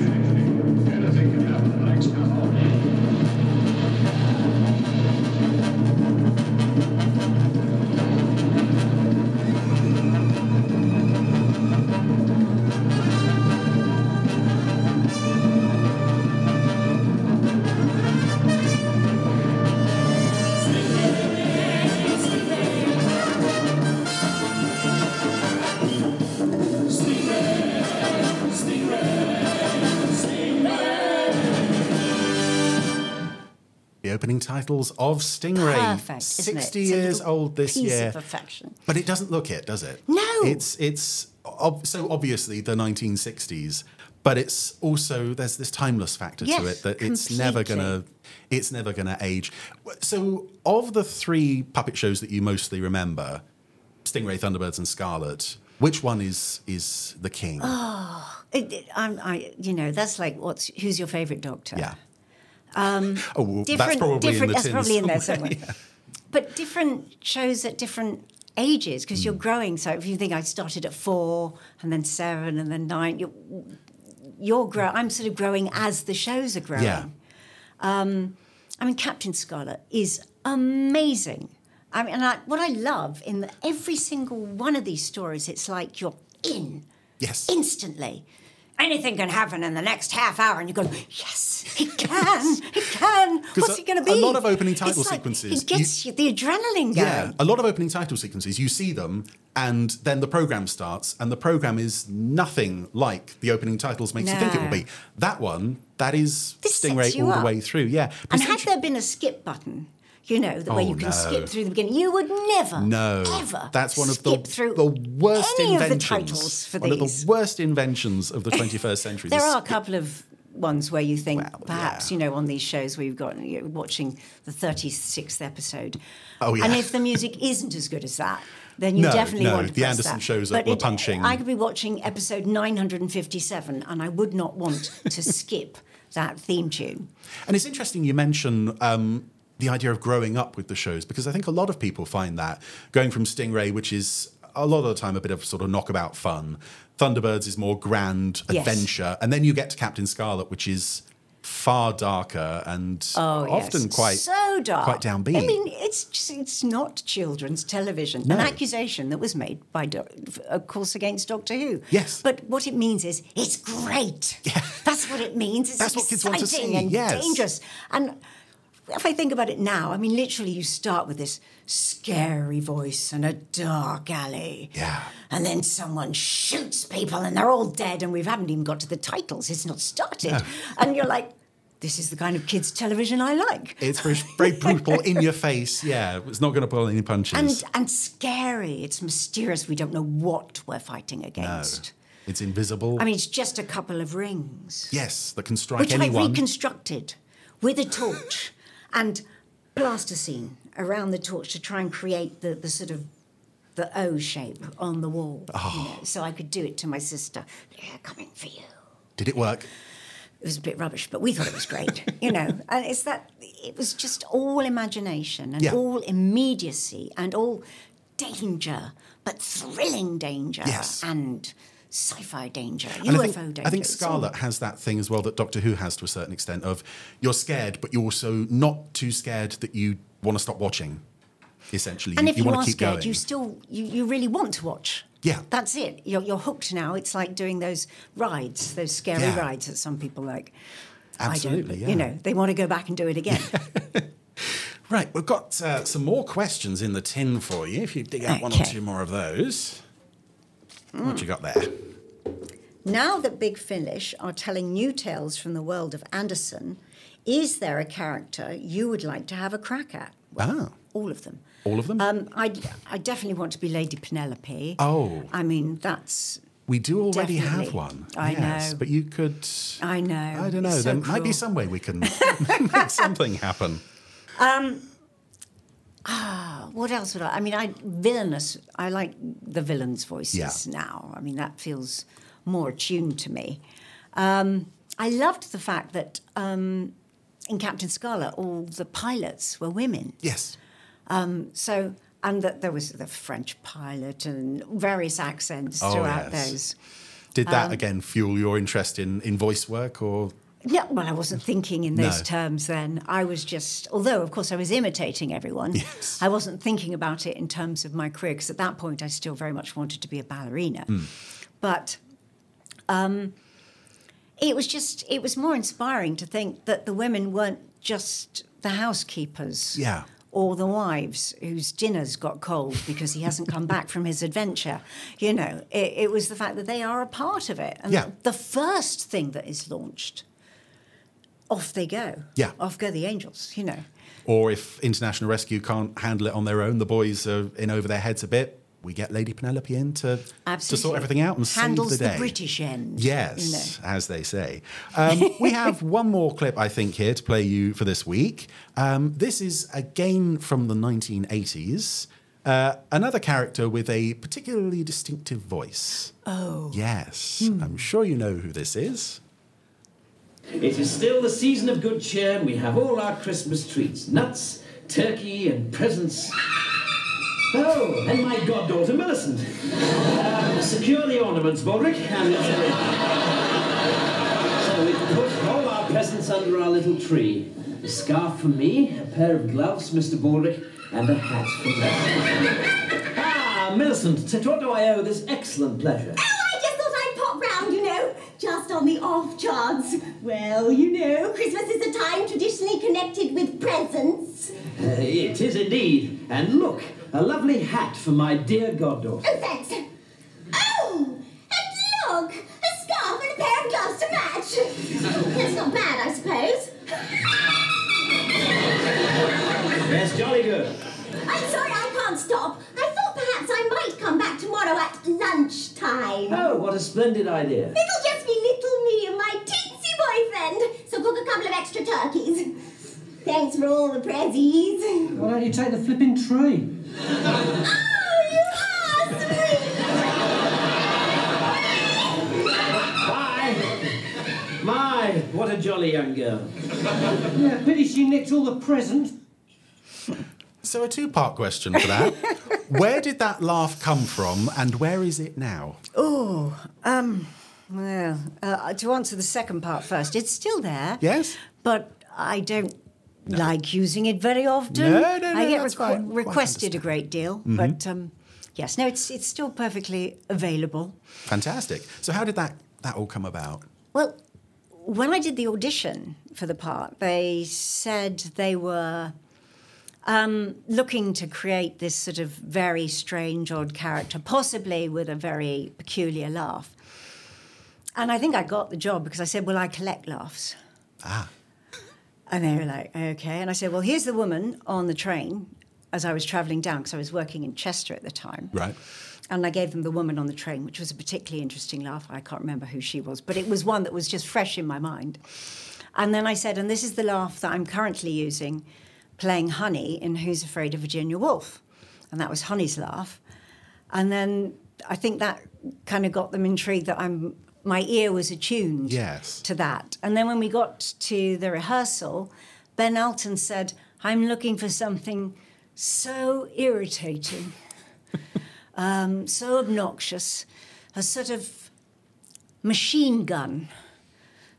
H: Anything can happen. Lights come on.
E: The opening titles of Stingray.
G: Perfect, isn't it?
E: 60
G: It's a
E: years
G: little
E: old this
G: piece
E: year.
G: of perfection.
E: But it doesn't look it, does it?
G: No.
E: It's it's ob- so obviously the 1960s, but it's also there's this timeless factor to
G: Yes,
E: it that it's never gonna it's never gonna age. So of the three puppet shows that you mostly remember, Stingray, Thunderbirds, and Scarlet, which one is is the king?
G: Oh, It, it, I'm, I, you know, that's like what's who's your favourite doctor? Um,
E: Yeah. oh, well, that's
G: different.
E: probably
G: different.
E: in the
G: that's
E: tin
G: probably in
E: (laughs)
G: there somewhere.
E: somewhere.
G: But different shows at different ages because
E: Mm.
G: you're growing. So if you think I started at four and then seven and then nine, you're, you're grow. I'm sort of growing as the shows are growing. Um,
E: Yeah.
G: I mean, Captain Scarlet is amazing. I mean, and I, what I love in the, every single one of these stories, it's like you're in
E: Yes.
G: instantly. Anything can happen in the next half hour, and you go, yes,
E: (laughs)
G: it can, it can.
E: 'Cause
G: What's
E: a-
G: it going to
E: a
G: be?
E: lot of opening title
G: It's like
E: sequences,
G: It gets you, the adrenaline going.
E: Yeah, a lot of opening title sequences, you see them, and then the program starts, and the program is nothing like the opening titles makes you think it will
G: No.
E: be. That one, that is
G: This sets
E: Stingray
G: you
E: all the
G: up.
E: way through. Yeah, But
G: And
E: it's
G: had
E: actually-
G: there been a skip button, you know, the way
E: Oh,
G: you can
E: no.
G: skip through the beginning, you would never,
E: no,
G: ever.
E: that's one of the,
G: skip through
E: the worst
G: any
E: inventions.
G: of the titles for
E: one
G: these.
E: of the worst inventions of the
G: (laughs)
E: 21st century.
G: There
E: The
G: are a
E: skip-
G: couple of ones where you think
E: Well,
G: perhaps
E: yeah.
G: you know on these shows we've got you know, watching the 36th episode
E: Oh, yeah.
G: and if the
E: (laughs)
G: music isn't as good as that then you
E: No,
G: definitely
E: no,
G: want to
E: the
G: press
E: Anderson
G: that.
E: shows that were
G: it-
E: punching.
G: I could be watching episode 957 and I would not want
E: (laughs)
G: to skip that theme tune
E: And it's interesting you mention um, the idea of growing up with the shows because I think a lot of people find that going from Stingray, which is a lot of the time a bit of sort of knockabout fun, Thunderbirds is more grand
G: Yes.
E: adventure, and then you get to Captain Scarlet, which is far darker and
G: Oh, yes.
E: often quite
G: so dark
E: quite downbeat.
G: I mean it's just, it's not children's television
E: No.
G: an accusation that was made by Do- of course against Doctor Who
E: Yes.
G: but what it means is it's
E: (laughs)
G: great that's what it means it's
E: That's what kids want to
G: exciting
E: see,
G: and
E: yes.
G: dangerous and if I think about it now, I mean, literally, you start with this scary voice and a dark alley.
K: Yeah.
G: And then someone shoots people and they're all dead, and we haven't even got to the titles. It's not started. And you're like, this is the kind of kids' television I like.
E: It's very, very brutal, in your face. Yeah, it's not going to pull any punches.
G: And, and scary. It's mysterious. We don't know what we're fighting against.
E: it's invisible.
G: I mean, it's just a couple of rings.
E: yes, that can strike
G: which I
E: anyone.
G: reconstructed with a torch and plasticine around the torch to try and create the, the sort of the O shape on the wall. you
E: Oh.
G: know, so I could do it to my sister. Yeah, coming for you.
E: Did it work?
G: It was a bit rubbish, but we thought it was
E: (laughs)
G: great, you know. And it's that it was just all imagination and
E: Yeah.
G: all immediacy and all danger, but thrilling danger
E: Yes.
G: and sci-fi danger, UFO
E: And I think,
G: danger.
E: I think
G: it's all-
E: Scarlet has that thing as well that Doctor Who has to a certain extent of you're scared, but you're also not too scared that you want to stop watching. Essentially,
G: And
E: you,
G: if you,
E: want
G: are
E: to keep
G: scared,
E: going.
G: you still you, you really want to watch.
E: Yeah.
G: that's it. You're, you're hooked now. It's like doing those rides, those scary
E: Yeah.
G: rides that some people like. I
E: Absolutely,
G: don't,
E: yeah.
G: You know, they want to go back and do it again.
E: Right, we've got uh, some more questions in the tin for you. If you dig out one or
G: Okay.
E: two more of those, what you got there?
G: now that Big Finish are telling new tales from the world of Anderson, is there a character you would like to have a crack at?
E: Ah,
G: All of them.
E: all of them.
G: Um, I I definitely want to be Lady Penelope.
E: Oh.
G: I mean that's
E: we do already have
G: definitely.
E: one.
G: I
E: yes,
G: know.
E: but you could.
G: I know.
E: I don't know.
G: It's so
E: there might be
G: cruel.
E: some way we
G: (laughs)
E: can (laughs) make something happen.
G: Um, ah, What else would I? I mean, I villainous. I like the villains' voices
E: Yeah.
G: now. I mean, that feels more attuned to me. Um, I loved the fact that um, in Captain Scarlet, all the pilots were women. Um,
E: Yes.
G: So, and that there was the French pilot and various accents
E: Oh,
G: throughout
E: yes.
G: those.
E: Did that
G: Um,
E: again fuel your interest in, in voice work or?
G: No, well, I wasn't thinking in those
E: No.
G: terms then. I was just, although of course I was imitating everyone,
E: Yes.
G: I wasn't thinking about it in terms of my career because at that point I still very much wanted to be a ballerina.
E: Hmm.
G: But um, it was just, it was more inspiring to think that the women weren't just the housekeepers
E: Yeah.
G: or the wives whose dinner's got cold because he hasn't come back from his adventure. You know, it, it was the fact that they are a part of it. And
E: Yeah.
G: the first thing that is launched, off they go.
E: Yeah.
G: Off go the angels, you know.
E: Or if International Rescue can't handle it on their own, the boys are in over their heads a bit. We get Lady Penelope in to, to
G: Absolutely.
E: sort everything out and
G: Handles
E: save the day.
G: British end. You know.
E: Yes, as they say. Um, we
G: (laughs)
E: have one more clip, I think, here to play you for this week. Um, this is again from the 1980s. Uh, another character with a particularly distinctive voice. Oh. Yes.
G: Hmm.
E: I'm sure you know who this is.
L: It is still the season of good cheer, and we have all our Christmas treats nuts, turkey, and presents. Oh, and my goddaughter Millicent. Uh, secure the ornaments, Baldric, and let's go. So we put all our presents under our little tree. A scarf for me, a pair of gloves, Mr. Baldric, and a hat for Millicent. ah, Millicent, to what do I owe this excellent pleasure?
M: I just thought I'd pop round, you know, just on the off chance. Well, you know, Christmas is a time traditionally connected with presents.
L: Uh, it is indeed. And look, a lovely hat for my dear goddaughter.
M: Oh, thanks. Oh, and look, a scarf and a pair of gloves to match. That's not bad, I suppose.
L: Yes, jolly good.
M: I'm sorry I can't stop. I thought perhaps I might come back tomorrow at lunchtime.
L: Oh, what a splendid idea.
M: It'll just be little me and my teensy boyfriend. So cook a couple of extra turkeys. Thanks for all the prezzies.
L: Why don't you take the flipping tree?
M: Oh, you are sweet.
L: Bye. My, what a jolly young girl. yeah, pity she nicked all the presents.
E: So, a two part question
G: (laughs)
E: for that. where did that laugh come from and where is it now?
G: Well, Oh, um, uh, to answer the second part first, it's still there.
E: Yes?
G: But I don't like using it very often.
E: No, no, no,
G: I get
E: that's
G: requ-
E: fine. Quite Mm-hmm.
G: requested a great deal, but um, yes, no, it's it's still perfectly available.
E: Fantastic. So, how did that, that all come about?
G: Well, when I did the audition for the part, they said they were um, looking to create this sort of very strange, odd character, possibly with a very peculiar laugh. And I think I got the job because I said, Well, I collect laughs. And they were like, okay. And I said, well, here's the woman on the train as I was traveling down, because I was working in Chester at the time.
F: Right.
G: And I gave them the woman on the train, which was a particularly interesting laugh. I can't remember who she was, but it was one that was just fresh in my mind. And then I said, and this is the laugh that I'm currently using playing Honey in Who's Afraid of Virginia Woolf. And that was Honey's laugh. And then I think that kind of got them intrigued that I'm my ear was attuned
F: Yes.
G: to that. And then when we got to the rehearsal, Ben Elton said, I'm looking for something so irritating, (laughs) um, so obnoxious, a sort of machine gun,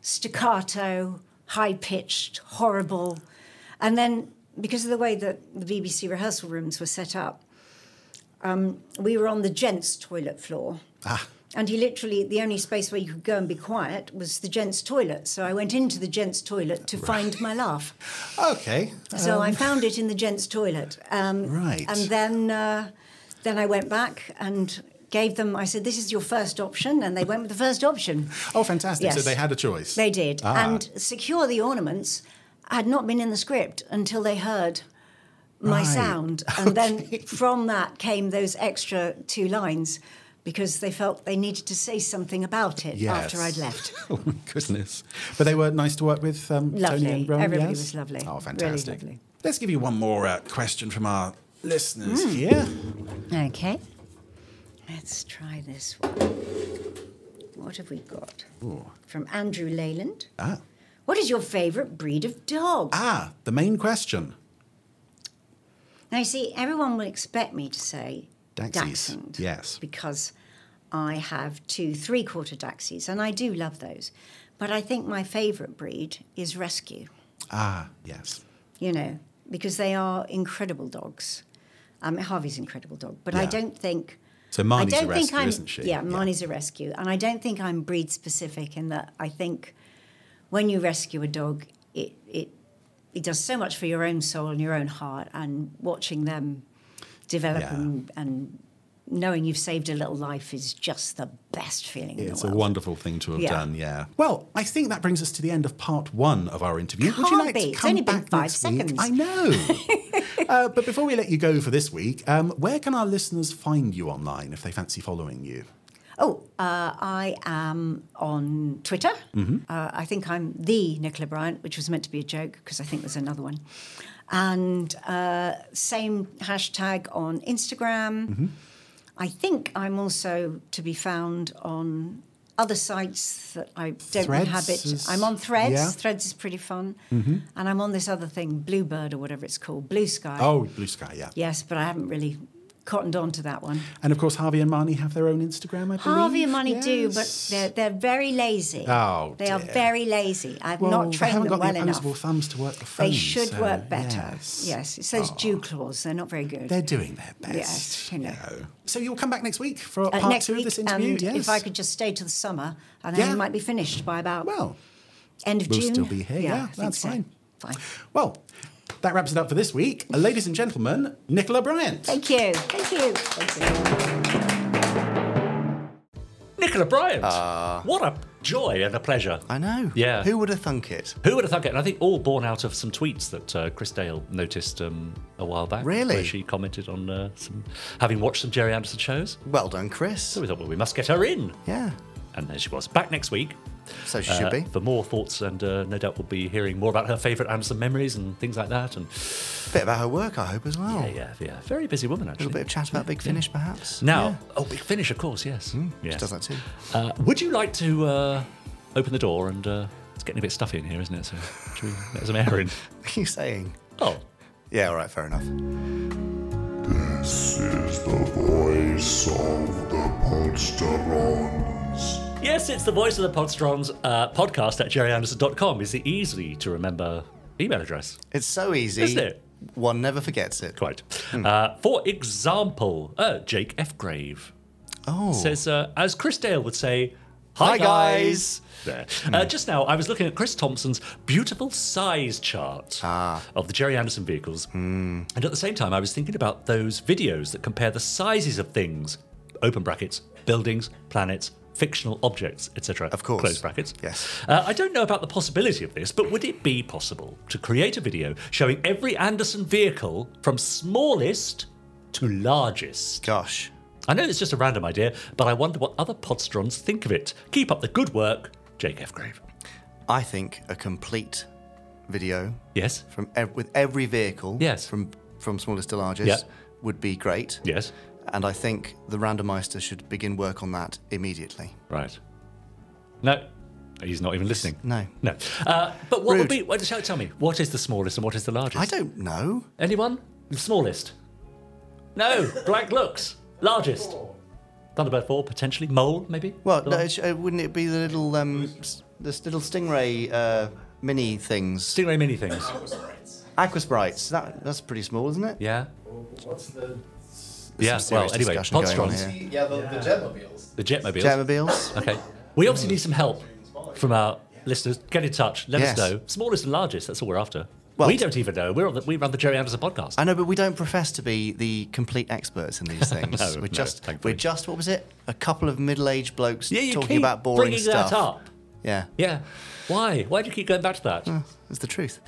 G: staccato, high pitched, horrible. And then because of the way that the BBC rehearsal rooms were set up, um, we were on the gents' toilet floor.
F: Ah.
G: And he literally, the only space where you could go and be quiet was the gents' toilet. So I went into the gents' toilet to find my laugh.
F: (laughs) Okay. Um,
G: So I found it in the gents' toilet. Um,
F: Right.
G: And then, uh, then I went back and gave them. I said, "This is your first option," and they went with the first option.
F: Oh, fantastic. So
G: Yes.
F: they had a choice.
G: They did.
F: Ah.
G: And secure the ornaments had not been in the script until they heard my
F: Right.
G: sound, and
F: (laughs)
G: then from that came those extra two lines. Because they felt they needed to say something about it after
F: Yes.
G: I'd left.
F: (laughs) Oh, my goodness. But they were nice to work with, um,
G: Lovely.
F: Tony and Rowan,
G: Everybody
F: yes?
G: was lovely.
F: Oh,
G: Really
F: fantastic.
G: lovely.
F: Let's give you one more uh, question from our listeners here.
G: Hmm. Okay. Let's try this one. What have we got? From Andrew Leyland.
F: Ah.
G: What is your favourite breed of dog?
F: Ah, the main question.
G: Now, you see, everyone will expect me to say
F: Dachshunds,
G: Dachshund.
F: yes.
G: Because I have two three quarter Dachsies, and I do love those. But I think my favourite breed is Rescue,
F: Ah, yes.
G: you know, because they are incredible dogs. Um, Harvey's an incredible dog, but I
F: Yeah.
G: don't think.
F: So Marnie's
G: I
F: a
G: don't think
F: rescue,
G: I'm,
F: isn't she? Yeah.
G: Yeah, Marnie's a rescue. And I don't think I'm breed specific in that I think when you rescue a dog, it, it, it does so much for your own soul and your own heart and watching them develop
F: Yeah.
G: and, and knowing you've saved a little life is just the best feeling in
F: It's
G: the
F: a
G: world.
F: wonderful thing to have
G: Yeah.
F: done, yeah. Well, I think that brings us to the end of part one of our interview. Would you
G: Can't
F: like
G: be.
F: to
G: It's
F: come
G: only been
F: back
G: five
F: next week?
G: seconds.
F: I
G: (laughs)
F: know. uh, but before we let you go for this week, um, where can our listeners find you online if they fancy following you?
G: Oh, uh, I am on Twitter.
F: Mm-hmm.
G: Uh, I think I'm the Nicola Bryant, which was meant to be a joke because I think there's another one. And uh, same hashtag on Instagram.
F: Mm-hmm.
G: I think I'm also to be found on other sites that I don't
F: Threads
G: inhabit.
F: is-
G: I'm on Threads.
F: yeah. Mm-hmm.
G: Threads is pretty fun. And I'm on this other thing, Bluebird or whatever it's called, Blue Sky.
F: Oh, Blue Sky, yeah.
G: Yes, but I haven't really cottoned on to that one.
F: And of course, Harvey and Marnie have their own Instagram, I believe.
G: Harvey and Money do, but
F: Yes.
G: they're, they're very lazy.
F: Oh,
G: they are
F: dear.
G: very lazy. I've
F: Well,
G: not
F: they
G: trained
F: haven't
G: them
F: got
G: well
F: the
G: enough.
F: opposable thumbs to work the phone.
G: they should
F: so,
G: work better.
F: Yes. Oh.
G: Yes, it's those dew claws. They're not very good.
F: They're doing their best.
G: Yes, you know.
F: So you'll come back next week for
G: Uh,
F: part
G: next
F: two
G: week,
F: of this interview.
G: and
F: yes.
G: if I could just stay till the summer, and then
F: Yeah.
G: it might be finished by about
F: Well,
G: end of
F: we'll
G: June.
F: still be here, yeah,
G: I think
F: that's
G: so.
F: fine.
G: Fine.
F: well, that wraps it up for this week. Ladies and gentlemen, Nicola Bryant.
G: Thank you. Thank you. Thank you.
B: Nicola Bryant. what a joy and a pleasure.
A: Ah. I know.
B: Yeah.
A: Who would have thunk it?
B: Who would have thunk it? And I think all born out of some tweets that uh, Chris Dale noticed um, a while back.
A: Really?
B: Where she commented on uh, some, having watched some Jerry Anderson shows.
A: Well done, Chris.
B: So we thought, well, we must get her in.
A: Yeah.
B: And there she was. Back next week.
A: So she should
B: uh,
A: be.
B: For more thoughts, and uh, no doubt we'll be hearing more about her favourite Anderson memories and things like that. And
A: Bit about her work, I hope, as well.
B: yeah, yeah, yeah. Very busy woman,
A: A
B: actually.
A: little bit of chat about Big Finish, perhaps.
B: Now,
A: Yeah. Hmm.
B: oh, big finish, of course, yes.
A: She
B: yes.
A: does that too. (laughs)
B: Uh, would you like to uh, open the door and uh, it's getting a bit stuffy in here, isn't it? So should we let some air in?
A: What are you saying?
B: Oh,
A: Yeah, all right, fair enough.
N: This is the voice of the Podsterons.
B: (laughs) yes, it's the voice of the Podstrons uh, podcast at jerryanderson.com. Is the easily to remember email address?
A: It's so easy.
B: Isn't it?
A: One never forgets it.
B: Quite. Uh, for example, uh, Jake F. Grave
A: Oh,
B: says, uh, as Chris Dale would say, Hi, guys. There. Uh, just now, I was looking at Chris Thompson's beautiful size chart
A: Ah.
B: of the Jerry Anderson vehicles. And at the same time, I was thinking about those videos that compare the sizes of things, open brackets, buildings, planets, fictional objects, etc. Of
A: course.
B: Close brackets.
A: Yes.
B: Uh, I don't know about the possibility of this, but would it be possible to create a video showing every Anderson vehicle from smallest to largest?
A: Gosh.
B: I know it's just a random idea, but I wonder what other Podstrons think of it. Keep up the good work, Jake F. Grave.
A: I think a complete video.
B: Yes.
A: From ev- with every vehicle.
B: Yes.
A: From from smallest to largest.
B: Yeah.
A: Would be great.
B: Yes.
A: And I think the randomizer should begin work on that immediately.
B: Right. No, he's not even listening.
A: No.
B: No. Uh, but what would be? What, tell tell me, what is the smallest and what is the largest?
A: I don't know.
B: Anyone? The smallest. No. Blank looks. Largest. Thunderbird four potentially. Mole maybe.
A: Well,
B: The
A: no,
B: one-
A: it sh- uh, wouldn't it be the little um, s- this little stingray uh, mini things?
B: Stingray
A: (coughs)
B: mini things.
A: Aqua sprites. That that's pretty small, isn't it?
B: Yeah.
O: What's the.
B: Yeah.
A: some
B: Well,
A: serious
B: anyway,
A: discussion going on
B: Podstrons.
A: here.
O: Yeah, the, the Jetmobiles.
B: The Jetmobiles.
A: Jetmobiles.
B: Okay. We obviously need some help from our listeners. Get in touch. Let
A: Yes.
B: us know. Smallest and largest. That's all we're after.
A: Well-
B: we don't even know. We're on the, we run the Jerry Anderson podcast.
A: I know, but we don't profess to be the complete experts in
B: (laughs)
A: these things.
B: No,
A: we're
B: no,
A: just
B: thankfully.
A: we're just what was it? A couple of middle-aged blokes
B: yeah, you
A: talking
B: keep
A: about boring
B: bringing
A: stuff.
B: that up.
A: Yeah,
B: Yeah. Why? Why do you keep going back to that?
A: it's the truth.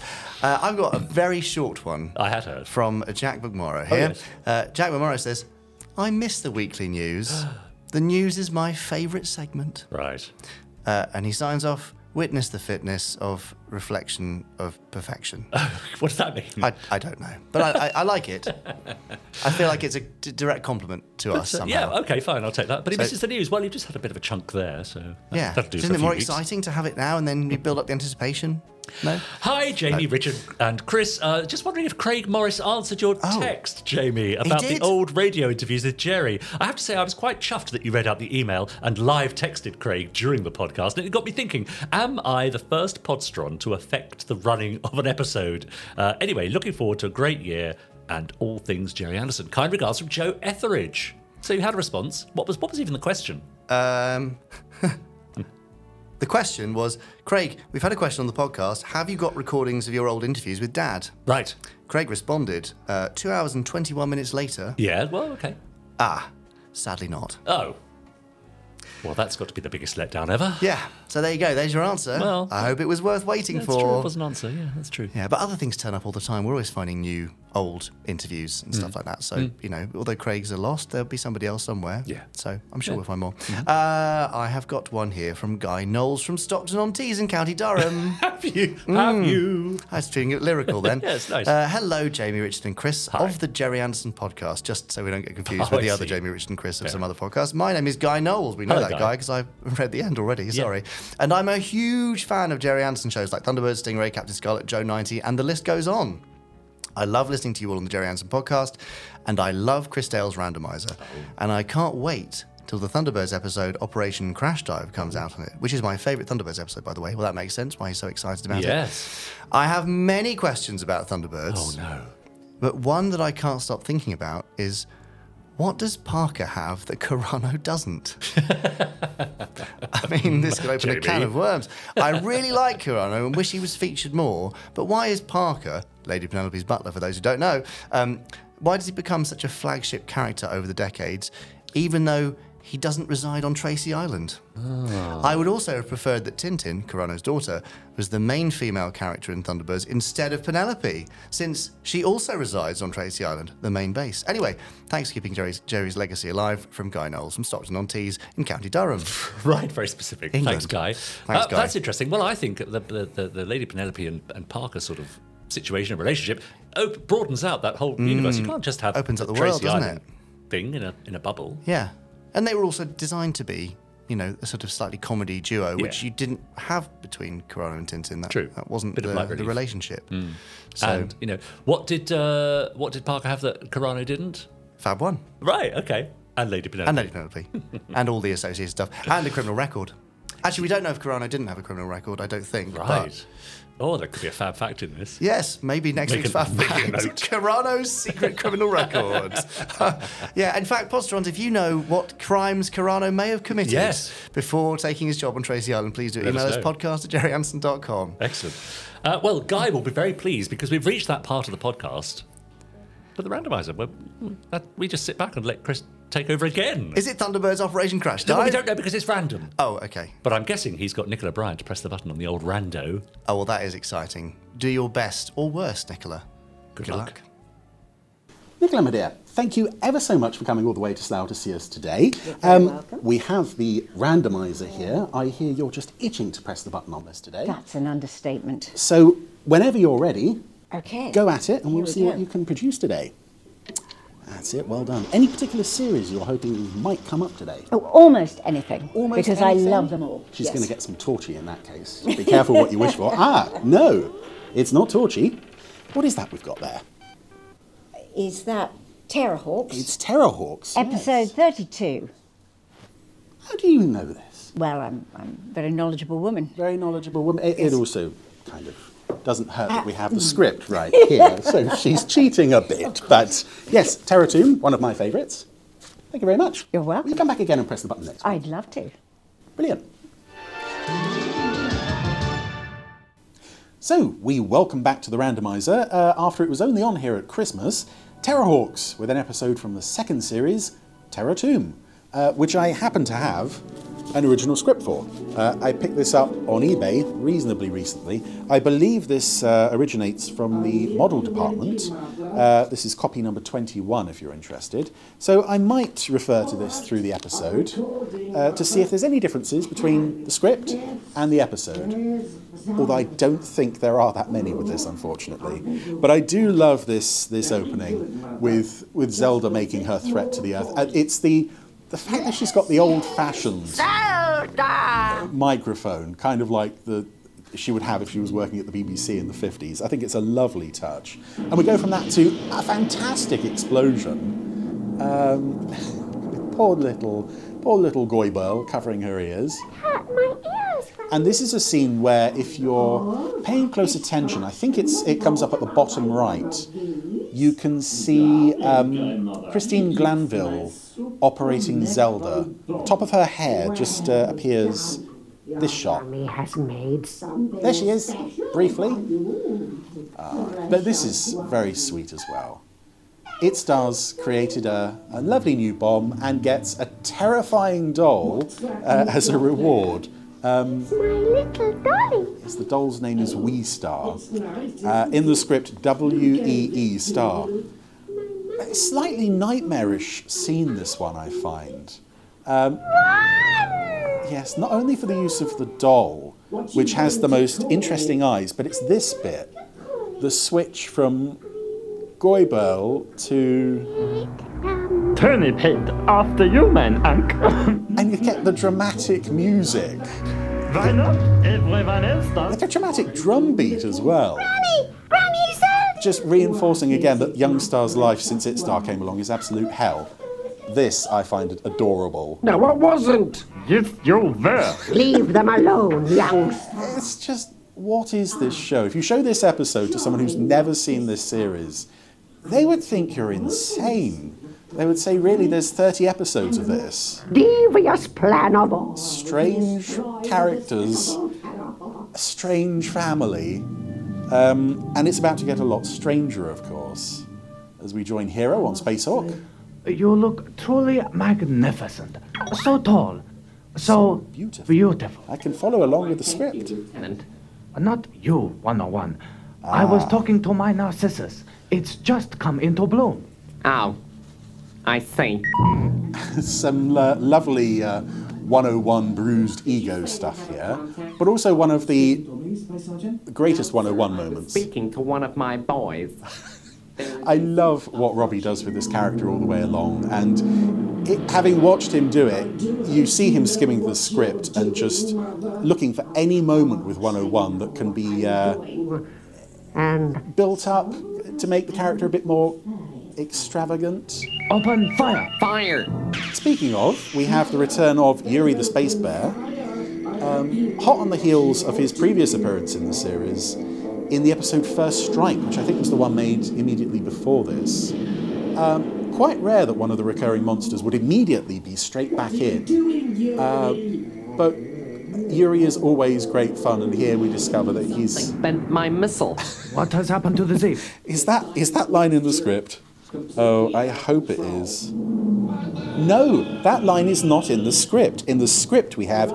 A: Uh, I've got a very short one
B: I had heard.
A: from Jack McMorrow here.
B: yes.
A: uh, Jack McMorrow says, "I miss the weekly
B: (gasps)
A: news. the news is my favourite segment."
B: Right.
A: Uh, and he signs off. Witness the fitness of reflection of perfection.
B: (laughs) What does that mean?
A: I, I don't know, but I, I, I like
B: (laughs)
A: it. I feel like it's a d- direct compliment to us
B: So,
A: somehow.
B: uh, yeah, okay, fine, I'll take that. But he
A: So-
B: misses the news. Well, you just had a bit of a chunk there, so that-
A: Yeah.
B: that'll do
A: Isn't
B: for a
A: it
B: few
A: more
B: weeks.
A: exciting to have it now and then you build up the anticipation? No?
B: Hi, Jamie, Richard, and Chris. Uh, just wondering if Craig Morris answered your
A: Oh.
B: text, Jamie, about the
A: did?
B: old radio interviews with Jerry. I have to say, I was quite chuffed that you read out the email and live texted Craig during the podcast. And it got me thinking, am I the first Podstron to affect the running of an episode? Uh, anyway, looking forward to a great year and all things Jerry Anderson. Kind regards from Joe Etheridge. So you had a response. What was what was even the question?
A: Um, (laughs) the question was Craig, we've had a question on the podcast. Have you got recordings of your old interviews with dad?
B: Right.
A: Craig responded uh, two hours and 21 minutes later.
B: Yeah, well, okay.
A: Ah, sadly not.
B: Oh. Well, that's got to be the biggest letdown ever.
A: Yeah, so there you go. There's your answer.
B: Well,
A: I hope it was worth waiting
B: That's
A: for.
B: true. It was an answer. Yeah, that's true.
A: Yeah, but other things turn up all the time. We're always finding new old interviews and
B: Mm.
A: stuff like that. So, you know, although Craig's are lost, there'll be somebody else somewhere.
B: Yeah.
A: So I'm sure
B: Yeah. Mm-hmm.
A: we'll find more. Uh, I have got one here from Guy Knowles from Stockton on Tees in County Durham.
B: (laughs)
A: Mm.
B: Have you? Have you?
A: I was feeling lyrical
B: (laughs)
A: then.
B: Yes, nice.
A: Uh, hello, Jamie Richard and Chris of the Jerry Anderson podcast, just so we don't get confused
B: Oh,
A: with the
B: (laughs) I
A: other
B: see.
A: Jamie Richard and Chris of some other podcast. My name is Guy Knowles. We know
B: Hello,
A: that
B: Guy.
A: guy because I (laughs) read the end already. Sorry. And I'm a huge fan of Jerry Anderson shows like Thunderbird, Stingray, Captain Scarlet, Joe 90, and the list goes on. I love listening to you all on the Jerry Anderson podcast, and I love Chris Dale's randomizer.
B: Oh.
A: And I can't wait till the Thunderbirds episode Operation Crash Dive comes out on it, which is my favourite Thunderbirds episode, by the way. Well, that makes sense why he's so excited about it.
B: Yes.
A: I have many questions about Thunderbirds.
B: Oh no.
A: But one that I can't stop thinking about is what does Parker have that Carano doesn't? I mean, this could open a can
B: Jamie.
A: of worms. I really like Carano and wish he was featured more, but why is Parker, Lady Penelope's butler for those who don't know, um, why does he become such a flagship character over the decades, even though he doesn't reside on Tracy Island?
B: Oh.
A: I would also have preferred that Tintin, Carano's daughter, was the main female character in Thunderbirds instead of Penelope, since she also resides on Tracy Island, the main base. Anyway, thanks for keeping Jerry's, Jerry's legacy alive from Guy Knowles from Stockton on Tees in County Durham.
B: (laughs) Right, very specific.
A: England.
B: Thanks, Guy.
A: Thanks, Guy.
B: Uh, That's interesting. Well, I think the, the, the, the Lady Penelope and, and Parker sort of situation and relationship op- broadens out that whole universe. You can't just have
A: Mm. Opens up the
B: Tracy
A: world, doesn't
B: Island thing in a in a bubble.
A: Yeah. And they were also designed to be, you know, a sort of slightly comedy duo, which
B: Yeah.
A: you didn't have between Carano and Tintin. That,
B: True.
A: That wasn't
B: Bit of
A: the,
B: light
A: the
B: relief.
A: relationship. Hmm. So,
B: And you know what did uh, what did Parker have that Carano didn't?
A: Fab One.
B: Right. Okay. And Lady Penelope. (laughs)
A: And Lady Penelope. and all the associated stuff. And a criminal record. Actually, we don't know if Carano didn't have a criminal record. I don't think. but-
B: Right. Oh, there could be a fab fact in this.
A: Yes, maybe next
B: Make
A: week's
B: a-
A: fab
B: make a
A: fact. (laughs)
B: note.
A: Carano's secret criminal (laughs) records. yeah, in fact, Postrons, if you know what crimes Carano may have committed
B: Yes.
A: before taking his job on Tracy Island, please do
B: Let
A: email
B: us
A: us,
B: know.
A: podcast at jerryanson.com.
B: Excellent. Uh, well, Guy will be very pleased because we've reached that part of the podcast for the randomizer where that, we just sit back and let Chris take over again.
A: Is it Thunderbird's Operation Crash?
B: no, we
A: Dive?
B: don't know because it's random.
A: Oh, okay.
B: But I'm guessing he's got Nicola Bryant to press the button on the old rando.
A: Oh, well, that is exciting. Do your best or worst, Nicola.
B: Good, (laughs) luck.
E: Nicola, my dear, thank you ever so much for coming all the way to Slough to see us today. Um, we have the randomizer here. I hear you're just itching to press the button on this today.
P: That's an understatement.
E: So, whenever you're ready,
P: Okay.
E: go at it and
P: Here
E: we'll
P: we
E: see what
P: go.
E: you can produce today. That's it, well done. Any particular series you're hoping might come up today?
P: Oh, almost anything.
E: Almost
P: because
E: anything?
P: I love them all.
E: She's
P: Yes.
E: going to get some torchy in that case. Be careful what you wish for. Ah, no, it's not torchy. What is that we've got there?
P: Is that Terrorhawks?
E: It's Terrorhawks.
P: Episode 32.
E: How do you know this?
P: Well, I'm, I'm a very knowledgeable woman.
E: Very knowledgeable woman. It, it also kind of doesn't hurt that we have the
P: Ah.
E: script right
P: (laughs)
E: here, so she's cheating a bit. But yes, Terra Tomb, one of my favourites. Thank you very much. You're welcome. you come back again and press the button next?
P: I'd love to.
E: Brilliant. So we welcome back to the randomizer uh, after it was only on here at Christmas, Terrorhawks with an episode from the second series, Terror Tomb, uh, which I happen to have an original script for. Uh, I picked this up on eBay reasonably recently. I believe this uh, originates from the model department. Uh, this is copy number 21 if you're interested. So I might refer to this through the episode uh, to see if there's any differences between the script and the episode although I don't think there are that many with this, unfortunately. But I do love this this opening with with Zelda making her threat to the Earth. Uh, It's the the fact that she's got the old-fashioned microphone, kind of like the she would have if she was working at the BBC in the 50s. I think it's a lovely touch, and we go from that to a fantastic explosion. Um, (laughs) poor little poor little goy girl covering her ears. And this is a scene where, if you're paying close attention, I think it's it comes up at the bottom right. You can see um, Christine Glanville operating Zelda. The top of her hair just uh, appears this shot.
P: has made some.
E: There she is, briefly. Ah, but this is very sweet as well. It stars created a, a lovely new bomb and gets a terrifying doll uh, as a reward. Um,
M: little dolly.
E: it's the doll's name is Wee Star. Uh, in the script, W E E Star. A Slightly nightmarish scene, this one, I find. Um, yes, not only for the use of the doll, which has the most interesting eyes, but it's this bit the switch from Goibel to. Turnip head after you, man, uncle. (laughs) and you get the dramatic music. Why not? Everyone else does. Like a dramatic drum beat as well. Just reinforcing again that Young Star's life since It Star came along is absolute hell. This I find adorable.
Q: No, I wasn't. Yes, you were. Leave them alone, young.
E: It's just, what is this show? If you show this episode to someone who's never seen this series, they would think you're insane. They would say, really, there's 30 episodes of this.
Q: Devious plan of all.
E: strange characters, a strange family, um, and it's about to get a lot stranger, of course, as we join Hero on Space Hawk.
R: You look truly magnificent. So tall. So beautiful.
E: I can follow along with the script.
R: Not you, 101. I
E: Ah.
R: was talking to my Narcissus. It's just come into bloom.
Q: Oh, I see.
E: (laughs) Some lo- lovely uh, 101 bruised ego stuff here, but also one of the greatest 101 moments.
Q: Speaking to one of my boys.
E: (laughs) I love what Robbie does with this character all the way along, and it, having watched him do it, you see him skimming the script and just looking for any moment with 101 that can be uh, and built up to make the character a bit more extravagant.
R: Open fire!
Q: Fire!
E: Speaking of, we have the return of Yuri the Space Bear. um, hot on the heels of his previous appearance in the series, in the episode First Strike, which I think was the one made immediately before this. Um, quite rare that one of the recurring monsters would immediately be straight back in. Uh, but Yuri is always great fun, and here we discover that he's
Q: bent my missile.
E: What has happened to the Zeep? is that is that line in the script? Oh, I hope it is. No, that line is not in the script. In the script, we have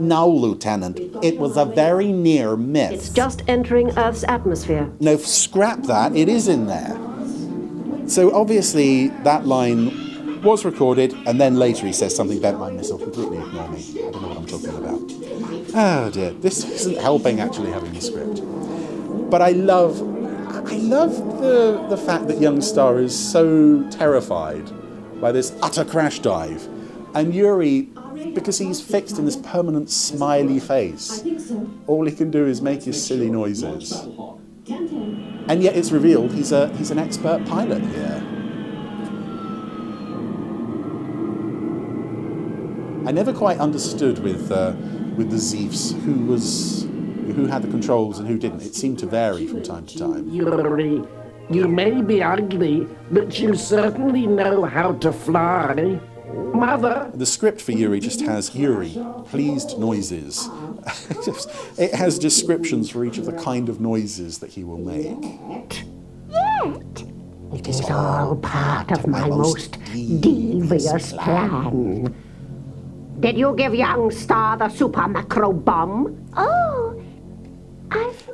E: now, Lieutenant. It was a very near miss.
Q: It's just entering Earth's atmosphere.
E: No, scrap that. It is in there. So obviously, that line was recorded, and then later he says something bent my missile. Completely ignore me. I don't know what I'm talking about. Oh dear, this isn't helping actually having the script. But I love, I love the the fact that young Star is so terrified by this utter crash dive, and Yuri, because he's fixed in this permanent smiley face, all he can do is make his silly noises. And yet it's revealed he's a he's an expert pilot here. I never quite understood with uh, with the Zeefs who was who had the controls and who didn't. It seemed to vary from time to time.
Q: Yuri, you may be ugly, but you certainly know how to fly. Mother,
E: The script for Yuri just has Yuri, pleased noises. (laughs) Just- it has descriptions for each of the kind of noises that he will make.
Q: it is all part of my most devious plan. Did you give young Star the super macro bomb? Oh,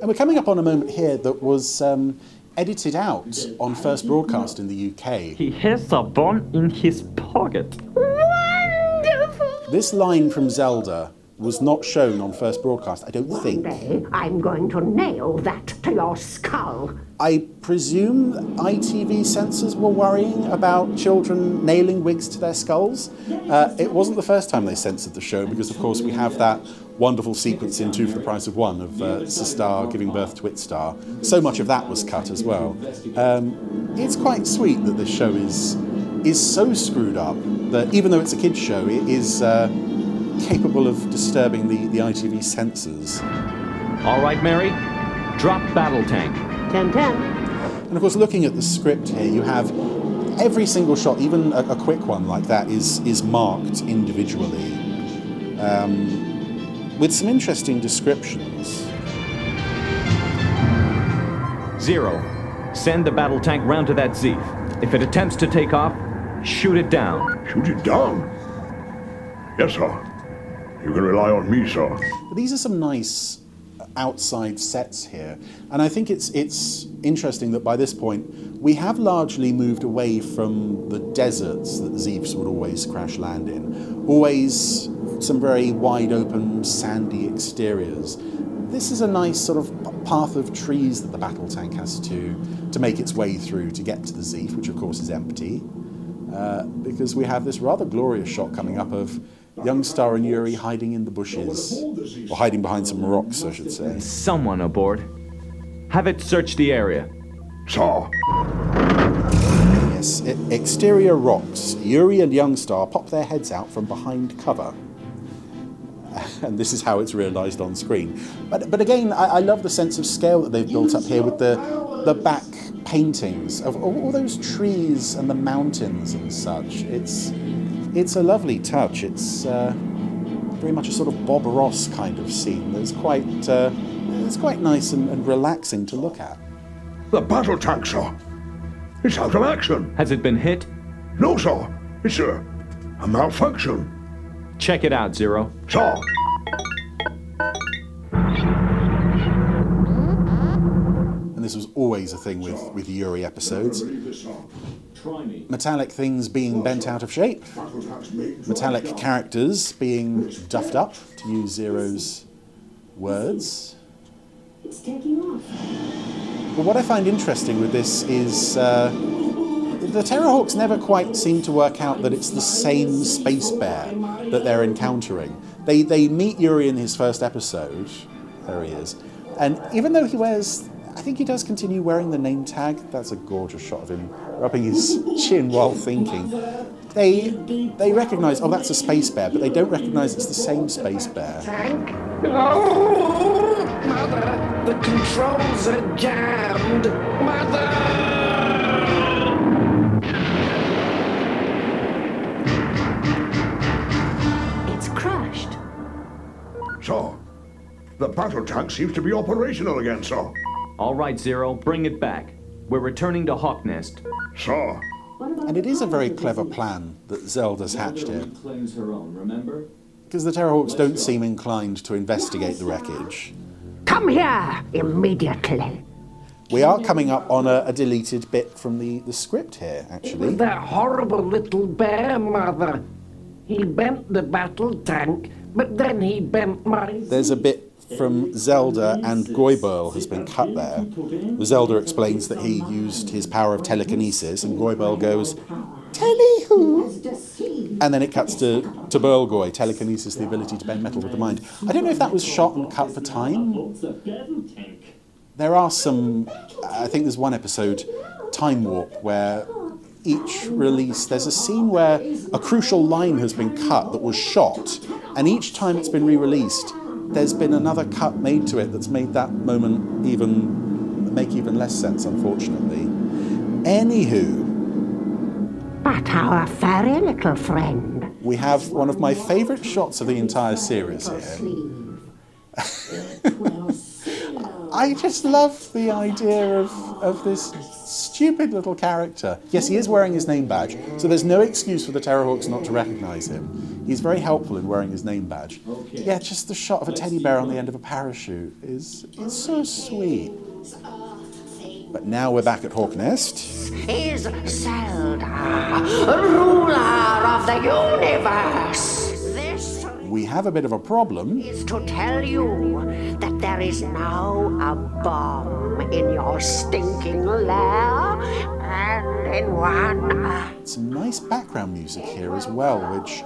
E: And we're coming up on a moment here that was um, edited out on first broadcast in the UK. He
I: has a bomb in his pocket.
E: This line from Zelda was not shown on first broadcast, I don't think.
Q: I'm going to nail that to your skull.
E: I presume ITV censors were worrying about children nailing wigs to their skulls. Uh, it wasn't the first time they censored the show because, of course, we have that wonderful sequence in Two for the Price of One of uh, Sistar giving birth to Star. So much of that was cut as well. Um, it's quite sweet that this show is is so screwed up that even though it's a kids' show, it is uh, capable of disturbing the, the ITV censors.
I: All right, Mary, drop battle tank.
Q: 10 10.
E: And of course, looking at the script here, you have every single shot, even a, a quick one like that, is is marked individually, um, with some interesting descriptions.
I: Zero. Send the battle tank round to that Zeef. If it attempts to take off, shoot it down.
S: Shoot it down? Yes, sir. You can rely on me, sir.
E: But these are some nice outside sets here, and I think it's it's interesting that by this point we have largely moved away from the deserts that the Zeeps would always crash land in, always some very wide open sandy exteriors. This is a nice sort of p- path of trees that the battle tank has to to make its way through to get to the Zeef, which of course is empty, uh, because we have this rather glorious shot coming up of. Young Star and Yuri hiding in the bushes, or hiding behind some rocks, I should say.
I: Someone aboard. Have it search the area.
E: Saw. Yes, e- exterior rocks. Yuri and Young Star pop their heads out from behind cover. And this is how it's realised on screen. But, but again, I, I love the sense of scale that they've built up here with the, the back paintings of all, all those trees and the mountains and such. It's, it's a lovely touch. It's uh, very much a sort of Bob Ross kind of scene. That's quite, uh, it's quite nice and, and relaxing to look at.
S: The battle tank, sir. It's out of action.
I: Has it been hit?
S: No, sir. It's a, a malfunction.
I: Check it out, Zero.
S: Sir.
E: and this was always a thing with, with Yuri episodes.
S: Try me.
E: Metallic things being bent out of shape,
S: Battle tanks made
E: metallic characters being duffed up, to use Zero's words.
P: It's taking off.
E: But what I find interesting with this is uh, the Terrorhawks never quite seem to work out that it's the same space bear that they're encountering. They, they meet Yuri in his first episode. There he is. And even though he wears, I think he does continue wearing the name tag. That's a gorgeous shot of him rubbing his chin while thinking. they they recognise, oh, that's a space bear, but they don't recognise it's the same space bear.
P: Oh, mother, the controls are jammed. Mother!
S: It's crashed. Sir, the battle tank seems to be operational again, sir.
I: All right, Zero, bring it back. We're returning to Hawk Nest.
S: Sir.
E: And it is a very clever plan that Zelda's hatched here,
T: Claims her own, remember?
E: because the Terrorhawks don't seem inclined to investigate the wreckage.
Q: Come here immediately.
E: We are coming up on a, a deleted bit from the, the script here, actually.
P: That horrible little bear, mother. He bent the battle tank, but then he bent my.
E: There's a bit from Zelda and Goibel has been cut there. Zelda explains that he used his power of telekinesis, and Goibel goes,
P: Telly who?
E: and then it cuts to, to Burlgoy, telekinesis, the ability to bend metal with the mind. I don't know if that was shot and cut for time. There are some, I think there's one episode, Time Warp, where each release, there's a scene where a crucial line has been cut that was shot, and each time it's been re released, there's been another cut made to it that's made that moment even make even less sense, unfortunately. Anywho,
Q: But our furry little friend.
E: we have one of my favourite shots of the entire series here. I just love the idea of, of this stupid little character. Yes, he is wearing his name badge, so there's no excuse for the Terrorhawks not to recognise him. He's very helpful in wearing his name badge. Yeah, just the shot of a teddy bear on the end of a parachute is, is so sweet. But now we're back at Hawknest.
Q: Is Zelda, ruler of the universe. This
E: We have a bit of a problem.
Q: is to tell you that there is now a bomb in your stinking lair and in one.
E: Some nice background music here as well, which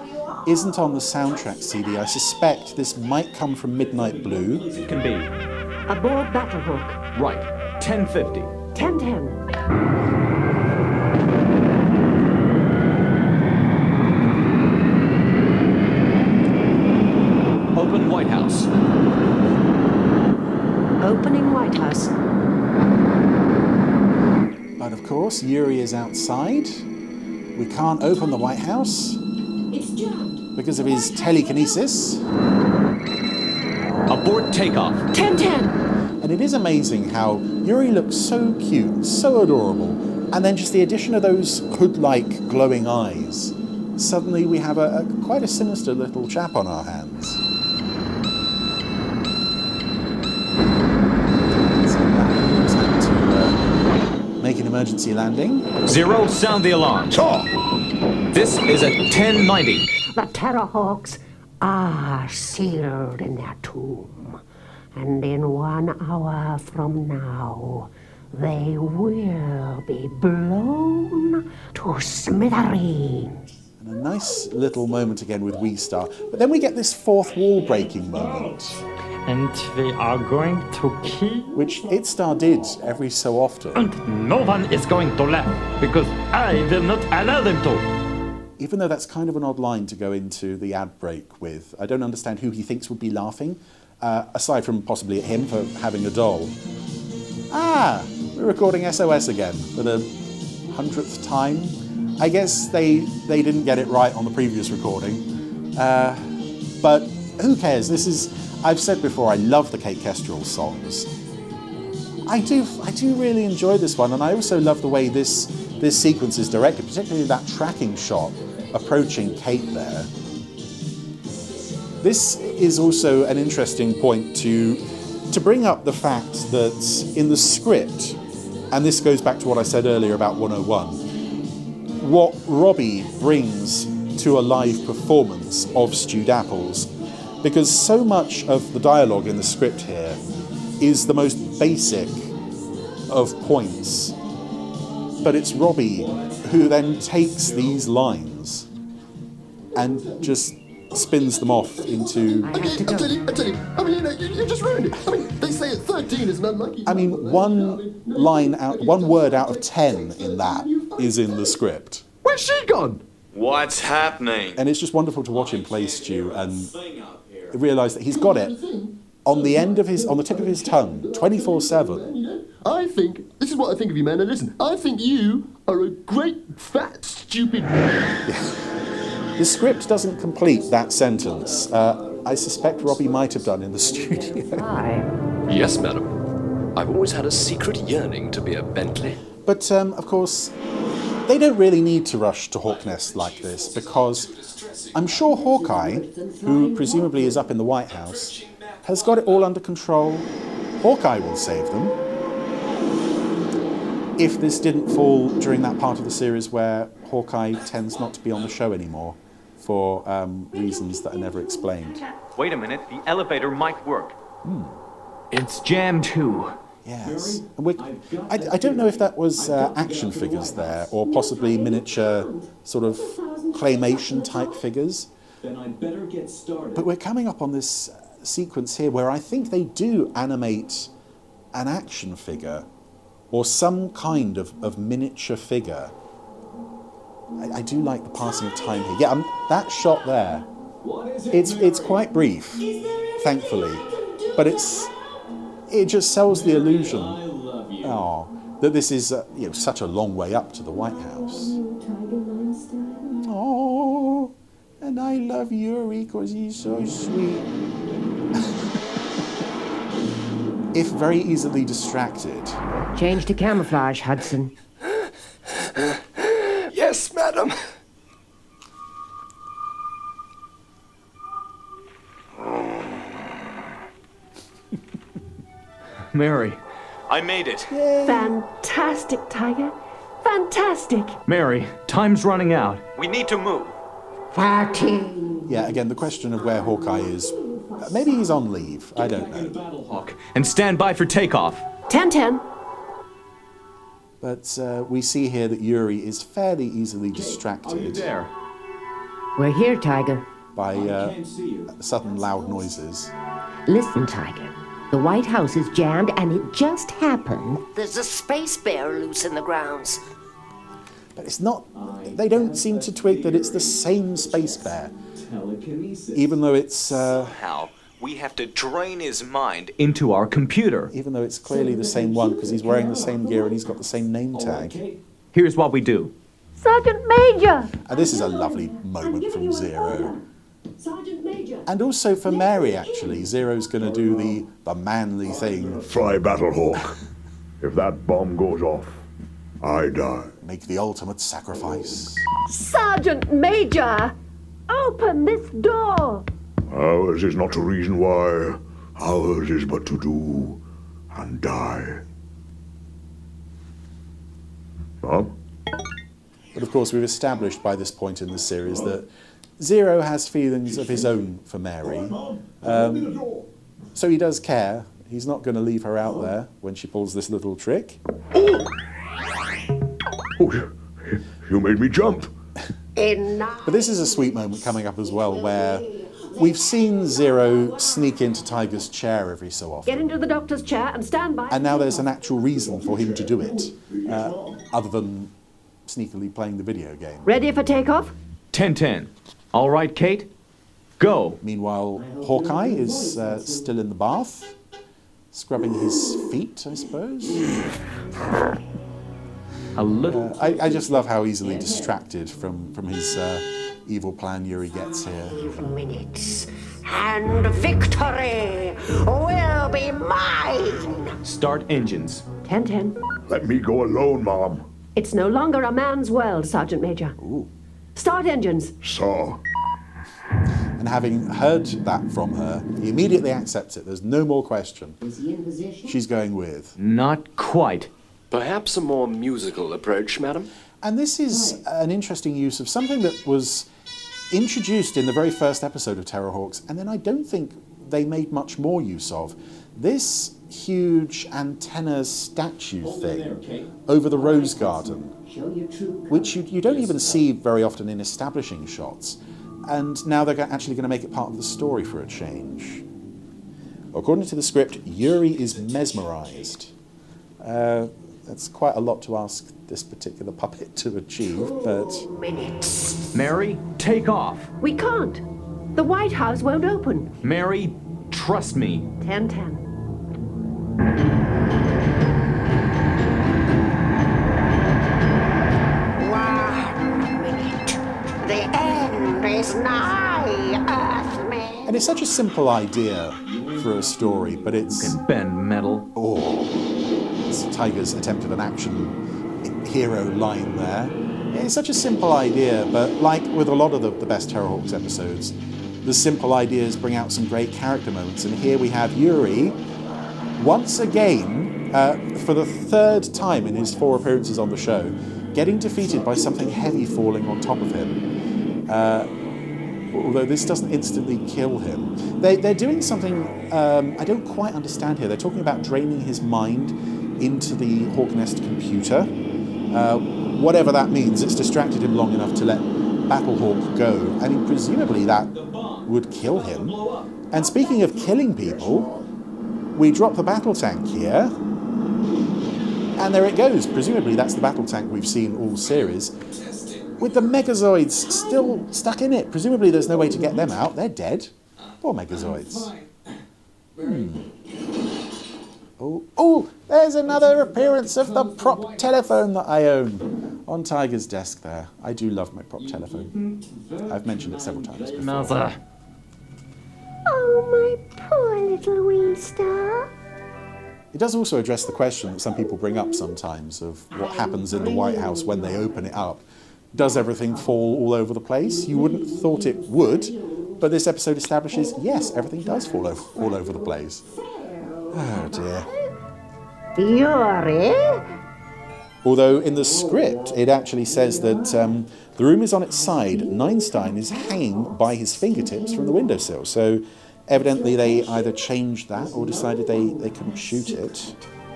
E: isn't on the soundtrack CD. I suspect this might come from Midnight Blue. It
I: can be.
P: Aboard Battlehawk.
I: Right. 1050.
P: 1010.
I: Open White House.
Q: Oh,
U: Opening White House.
E: But of course, Yuri is outside. We can't open the White House
P: It's jammed.
E: because of his telekinesis.
I: Abort takeoff.
U: 1010.
E: And it is amazing how Yuri looks so cute, so adorable, and then just the addition of those hood like glowing eyes. Suddenly, we have a, a quite a sinister little chap on our hands. So that moves on to, uh, Make an emergency landing.
I: Zero, sound the alarm. This is a 1090.
Q: The Terrorhawks are sealed in their tomb, and in one hour from now, they will be blown to smithereens.
E: And a nice little moment again with Wee Star. But then we get this fourth wall breaking moment,
V: And they are going to kill.
E: which It Star did every so often.
V: And no one is going to laugh because I will not allow them to.
E: even though that's kind of an odd line to go into the ad break with, I don't understand who he thinks would be laughing, uh, aside from possibly at him for having a doll. Ah, we're recording SOS again for the hundredth time. I guess they they didn't get it right on the previous recording, uh, but who cares? This is I've said before. I love the Kate Kestrel songs. I do I do really enjoy this one, and I also love the way this this sequence is directed, particularly that tracking shot approaching Kate there. This is also an interesting point to to bring up the fact that in the script, and this goes back to what I said earlier about 101, what Robbie brings to a live performance of Stewed Apples, because so much of the dialogue in the script here is the most basic of points. But it's Robbie who then takes these lines and just spins them off into.
O: I mean, I tell you, I tell you, I mean, you, know, you, you just ruined it. I mean, they say at 13 is an unlucky.
E: I mean, one line out, one word out of ten in that is in the script.
O: Where's she gone?
W: What's happening?
E: And it's just wonderful to watch him play Stew and realise that he's got it on the end of his, on the tip of his tongue, 24 7.
O: I think this is what I think of you, man. Now listen, I think you are a great fat stupid. (laughs)
E: The script doesn't complete that sentence. Uh, I suspect Robbie might have done in the (laughs) studio.
X: Yes, madam. I've always had a secret yearning to be a Bentley.
E: But um, of course, they don't really need to rush to Hawknest like this because I'm sure Hawkeye, who presumably is up in the White House, has got it all under control. Hawkeye will save them. If this didn't fall during that part of the series where Hawkeye tends not to be on the show anymore for um, reasons that are never explained.
I: Wait a minute, the elevator might work.
E: Hmm.
I: It's jammed too.
E: Yes. And we're, I, I don't know if that was uh, action figures there or possibly miniature sort of claymation type figures.
W: Then I'd better get started.
E: But we're coming up on this uh, sequence here where I think they do animate an action figure or some kind of, of miniature figure. I, I do like the passing of time here. Yeah, um, that shot there, it's, it's quite brief, thankfully, but it's, it just sells the illusion oh, that this is uh, you know, such a long way up to the White House. Oh, and I love Yuri because he's so sweet. if very easily distracted.
Y: Change to camouflage, Hudson.
W: Yes, madam.
I: Mary,
W: I made it.
U: Fantastic, Tiger. Fantastic.
I: Mary, time's running out.
W: We need to move.
Q: Party.
E: Yeah, again, the question of where Hawkeye is. uh, Maybe he's on leave. I don't know.
I: And stand by for takeoff.
U: 10 10.
E: But uh, we see here that Yuri is fairly easily distracted.
I: there?
Y: We're here, Tiger.
E: By uh, sudden loud noises.
Y: Listen, Tiger. The White House is jammed, and it just happened.
U: There's a space bear loose in the grounds.
E: But it's not. They don't seem to twig that it's the same space bear,
W: Telekinesis.
E: even though it's uh,
W: How? We have to drain his mind.
I: Into our computer.
E: even though it's clearly the same one because he's wearing the same gear and he's got the same name tag.
I: Here's what we do.
U: Sergeant Major!
E: And this is a lovely moment from Zero.
U: Sergeant Major!
E: And also for Mary, actually, Zero's going to do the the manly thing.
S: Fly Battlehawk. if that bomb goes off, I die.
E: Make the ultimate sacrifice.
U: Sergeant Major! Open this door!
S: Ours is not to reason why. Ours is but to do and die. Bob?
E: But of course, we've established by this point in the series that Zero has feelings of his own for Mary. Um, so he does care. He's not going to leave her out there when she pulls this little trick.
S: Oh, You made me jump.
Y: Enough.
E: But this is a sweet moment coming up as well where we've seen Zero sneak into Tiger's chair every so often.
U: Get into the doctor's chair and stand by.
E: And now there's an actual reason for him to do it, uh, other than sneakily playing the video game.
U: Ready for takeoff?
I: 10 10. All right, Kate? Go.
E: Meanwhile, Hawkeye is uh, still in the bath, scrubbing his feet, I suppose.
I: A little.
E: Uh, I, I just love how easily distracted from, from his uh, evil plan Yuri gets here.
Q: minutes, and victory will be mine.
I: Start engines.
U: 10 10.
S: Let me go alone, Mom.
U: It's no longer a man's world, Sergeant Major. Start engines.
S: Sir.
E: And having heard that from her, he immediately accepts it. There's no more question. She's going with.
I: Not quite.
X: Perhaps a more musical approach, madam?
E: And this is an interesting use of something that was introduced in the very first episode of Terrorhawks, and then I don't think they made much more use of. This huge antenna statue thing over the Rose Garden, which you, you don't even see very often in establishing shots. And now they're go- actually going to make it part of the story for a change. According to the script, Yuri is mesmerized. Uh, That's quite a lot to ask this particular puppet to achieve, but.
Q: Minutes.
I: Mary, take off.
U: We can't. The White House won't open.
I: Mary, trust me.
U: Ten ten.
Q: One minute. The end is nigh, Earthmen.
E: And it's such a simple idea for a story, but it's.
I: Can bend metal.
E: Oh. It's Tiger's attempt at an action hero line there. It's such a simple idea, but like with a lot of the, the best Terrorhawks episodes, the simple ideas bring out some great character moments. And here we have Yuri, once again, uh, for the third time in his four appearances on the show, getting defeated by something heavy falling on top of him. Uh, although this doesn't instantly kill him. They, they're doing something um, I don't quite understand here. They're talking about draining his mind into the Hawk Nest computer. Uh, whatever that means, it's distracted him long enough to let Battlehawk go. I mean, presumably that would kill him. And speaking of killing people, we drop the battle tank here. And there it goes. Presumably that's the battle tank we've seen all series. With the Megazoids still stuck in it. Presumably there's no way to get them out. They're dead. Poor Megazoids. Hmm. Oh, oh, there's another appearance of the prop telephone that I own on Tiger's desk there. I do love my prop telephone. I've mentioned it several times before.
I: Mother.
M: Oh, my poor little wee star.
E: It does also address the question that some people bring up sometimes of what happens in the White House when they open it up. Does everything fall all over the place? You wouldn't have thought it would, but this episode establishes yes, everything does fall over, all over the place. Oh dear.
Q: Yuri?
E: Although in the script it actually says that um, the room is on its side, Neinstein is hanging by his fingertips from the windowsill. So evidently they either changed that or decided they, they couldn't shoot it.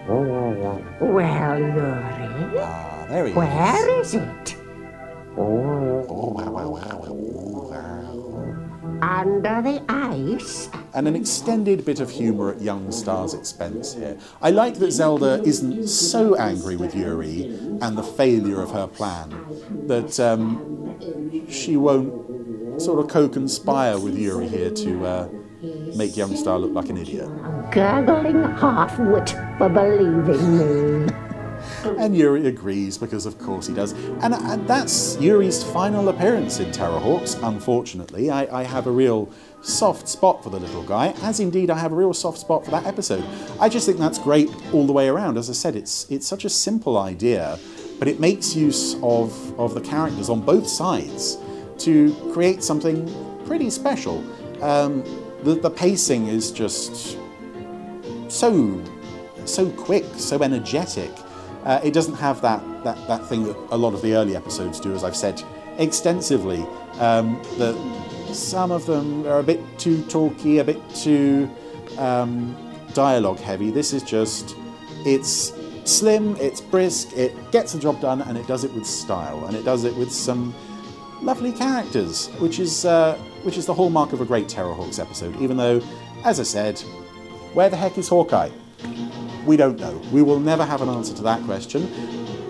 E: Oh,
Q: Well, Yuri,
E: Ah, there he is.
Q: where is it?
E: Oh, wow, wow, wow, wow, wow.
Q: Under the ice?
E: And an extended bit of humour at young Star's expense here. I like that Zelda isn't so angry with Yuri and the failure of her plan that um, she won't sort of co conspire with Yuri here to uh, make young Star look like an idiot.
Q: Gurgling half-wit for believing me.
E: And Yuri agrees because, of course, he does. And, and that's Yuri's final appearance in Terrorhawks, unfortunately. I, I have a real soft spot for the little guy, as indeed I have a real soft spot for that episode. I just think that's great all the way around. As I said, it's, it's such a simple idea, but it makes use of, of the characters on both sides to create something pretty special. Um, the, the pacing is just so so quick, so energetic. Uh, it doesn't have that, that, that thing that a lot of the early episodes do, as I've said extensively. Um, that some of them are a bit too talky, a bit too um, dialogue heavy. This is just, it's slim, it's brisk, it gets the job done, and it does it with style, and it does it with some lovely characters, which is uh, which is the hallmark of a great Terrorhawks episode. Even though, as I said, where the heck is Hawkeye? We don't know. We will never have an answer to that question.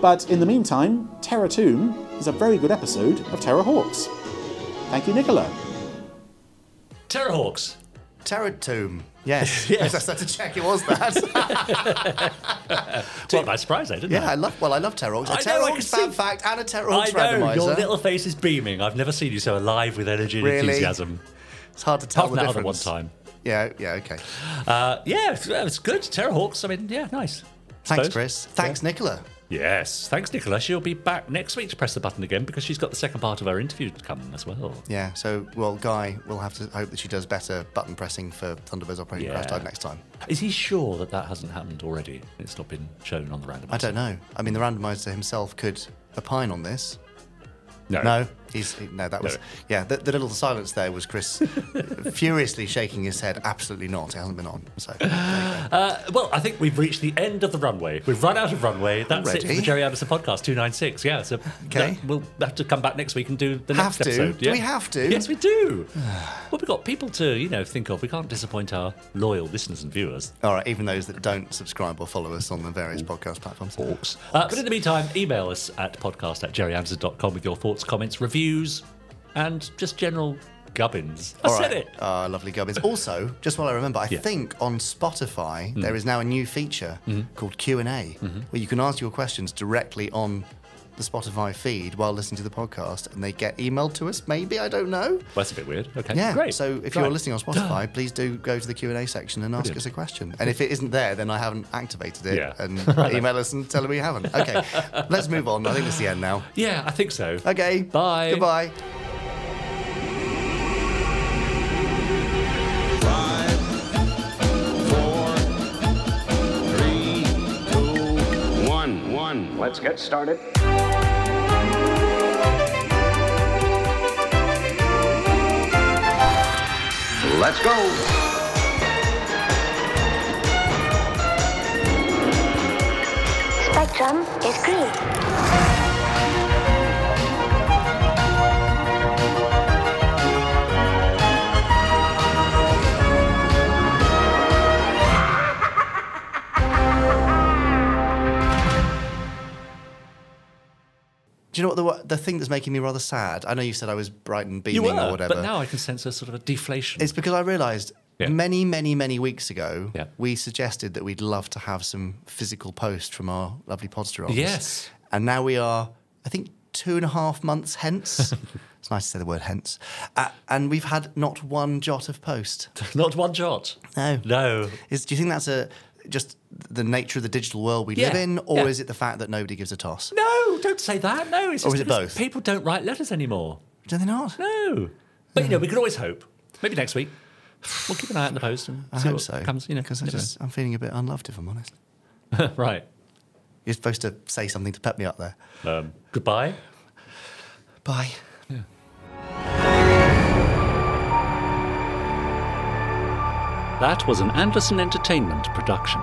E: But in the meantime, Terra Tomb is a very good episode of Terra Hawks. Thank you, Nicola.
B: Terrorhawks.
A: Terratomb.
B: (laughs)
A: Yes. yes. (laughs)
B: Yes.
A: I just had to check it was
B: (laughs)
A: that.
B: Took you by surprise, I didn't
A: yeah,
B: I?
A: I love, well, I love Terrorhawks. A
B: I know, I
A: Terrorhawks
B: can
A: fan
B: see-
A: fact and a Terrorhawks
B: I know,
A: randomizer.
B: your little face is beaming. I've never seen you so alive with energy and
A: Really?
B: enthusiasm.
A: It's hard to tell
B: Apart from
A: the
B: that other one
A: difference.
B: time.
A: Yeah, yeah, okay.
B: Uh, yeah, it's, yeah, it's good. Terrorhawks, I mean, yeah, nice.
A: Thanks,
B: Suppose.
A: Chris. Thanks, Nicola.
B: Yes, thanks, Nicola. She'll be back next week to press the button again because she's got the second part of her interview to come as well.
A: Yeah, so, well, Guy, we'll have to hope that she does better button pressing for Thunderbird's Operation
B: Yeah.
A: Crash Dive next time.
B: Is he sure that that hasn't happened already? It's not been shown on the randomizer.
A: I don't know. I mean, the randomizer himself could opine on this.
B: No.
A: No. He's he- no, that was yeah. The, the little silence there was
B: (laughs)
A: Chris furiously shaking his head. Absolutely not. It hasn't been on. So
B: Uh, well, I think we've reached the end of the runway. We've run out of runway. That's it for
A: Already?
B: the Jerry Anderson podcast 296. Yeah, so
A: Okay.
B: that- we'll have to come back next week and do the
A: Have
B: next
A: to?
B: episode.
A: Do we have to?
B: Yes,
A: (sighs)
B: we do. well, we've got people to, you know, think of. We can't disappoint our loyal listeners and viewers.
A: all right, even those that don't subscribe or follow us on the various podcast platforms. Hawks.
B: Uh, but in the meantime, email us at podcast at jerryanderson.com with your thoughts, comments, reviews, and just general gubbins. I said it.
A: Ah, lovely gubbins. Also, just while I remember, I think on Spotify
B: Mm-hmm.
A: there is now a new feature called Q and A, where you can ask your questions directly on the Spotify feed while listening to the podcast, and they get emailed to us. Maybe I don't know.
B: Well, that's a bit weird. Okay,
A: yeah,
B: great.
A: So if
B: Right.
A: you're listening on Spotify, please do go to the Q and A section and ask
B: Brilliant.
A: us a question. And if it isn't there, then I haven't activated it. (laughs)
B: Yeah. (laughs)
A: And email us and tell them we haven't. Okay, let's move on. I think it's the end now.
B: Yeah, I think so.
A: Okay.
B: Bye.
A: Goodbye.
C: One, one. Let's get started. Let's go.
D: Spectrum is green.
A: Do you know what the wa- the thing that's making me rather sad? I know you said I was bright and beaming
B: you were,
A: or whatever.
B: but now I can sense a sort of a deflation.
A: It's because I realised
B: Yeah.
A: many, many, many weeks ago, we suggested that we'd love to have some physical post from our lovely podsterons.
B: Yes.
A: And now we are, I think, two and a half months
B: (laughs)
A: hence. it's nice to say the word hence. Uh, and we've had not one jot of post.
B: (laughs) Not one jot.
A: No.
B: No.
A: Is, do you think that's a just the nature of the digital world we live
B: Yeah,
A: in, or
B: yeah.
A: is it the fact that nobody gives a toss?
B: No, don't say that. No, it's
A: Or
B: just
A: is it
B: because
A: both?
B: People don't write letters anymore.
A: Do they not?
B: No. But you know, we can always hope. Maybe next week. We'll keep an eye out in the post and
A: I
B: see
A: hope
B: what
A: so.
B: comes. You know,
A: because I
B: never
A: just I'm feeling a bit unloved if I'm honest.
B: know. (laughs) right.
A: You're supposed to say something to pep me up there.
B: Um, goodbye.
A: Bye.
H: That was an Anderson Entertainment production.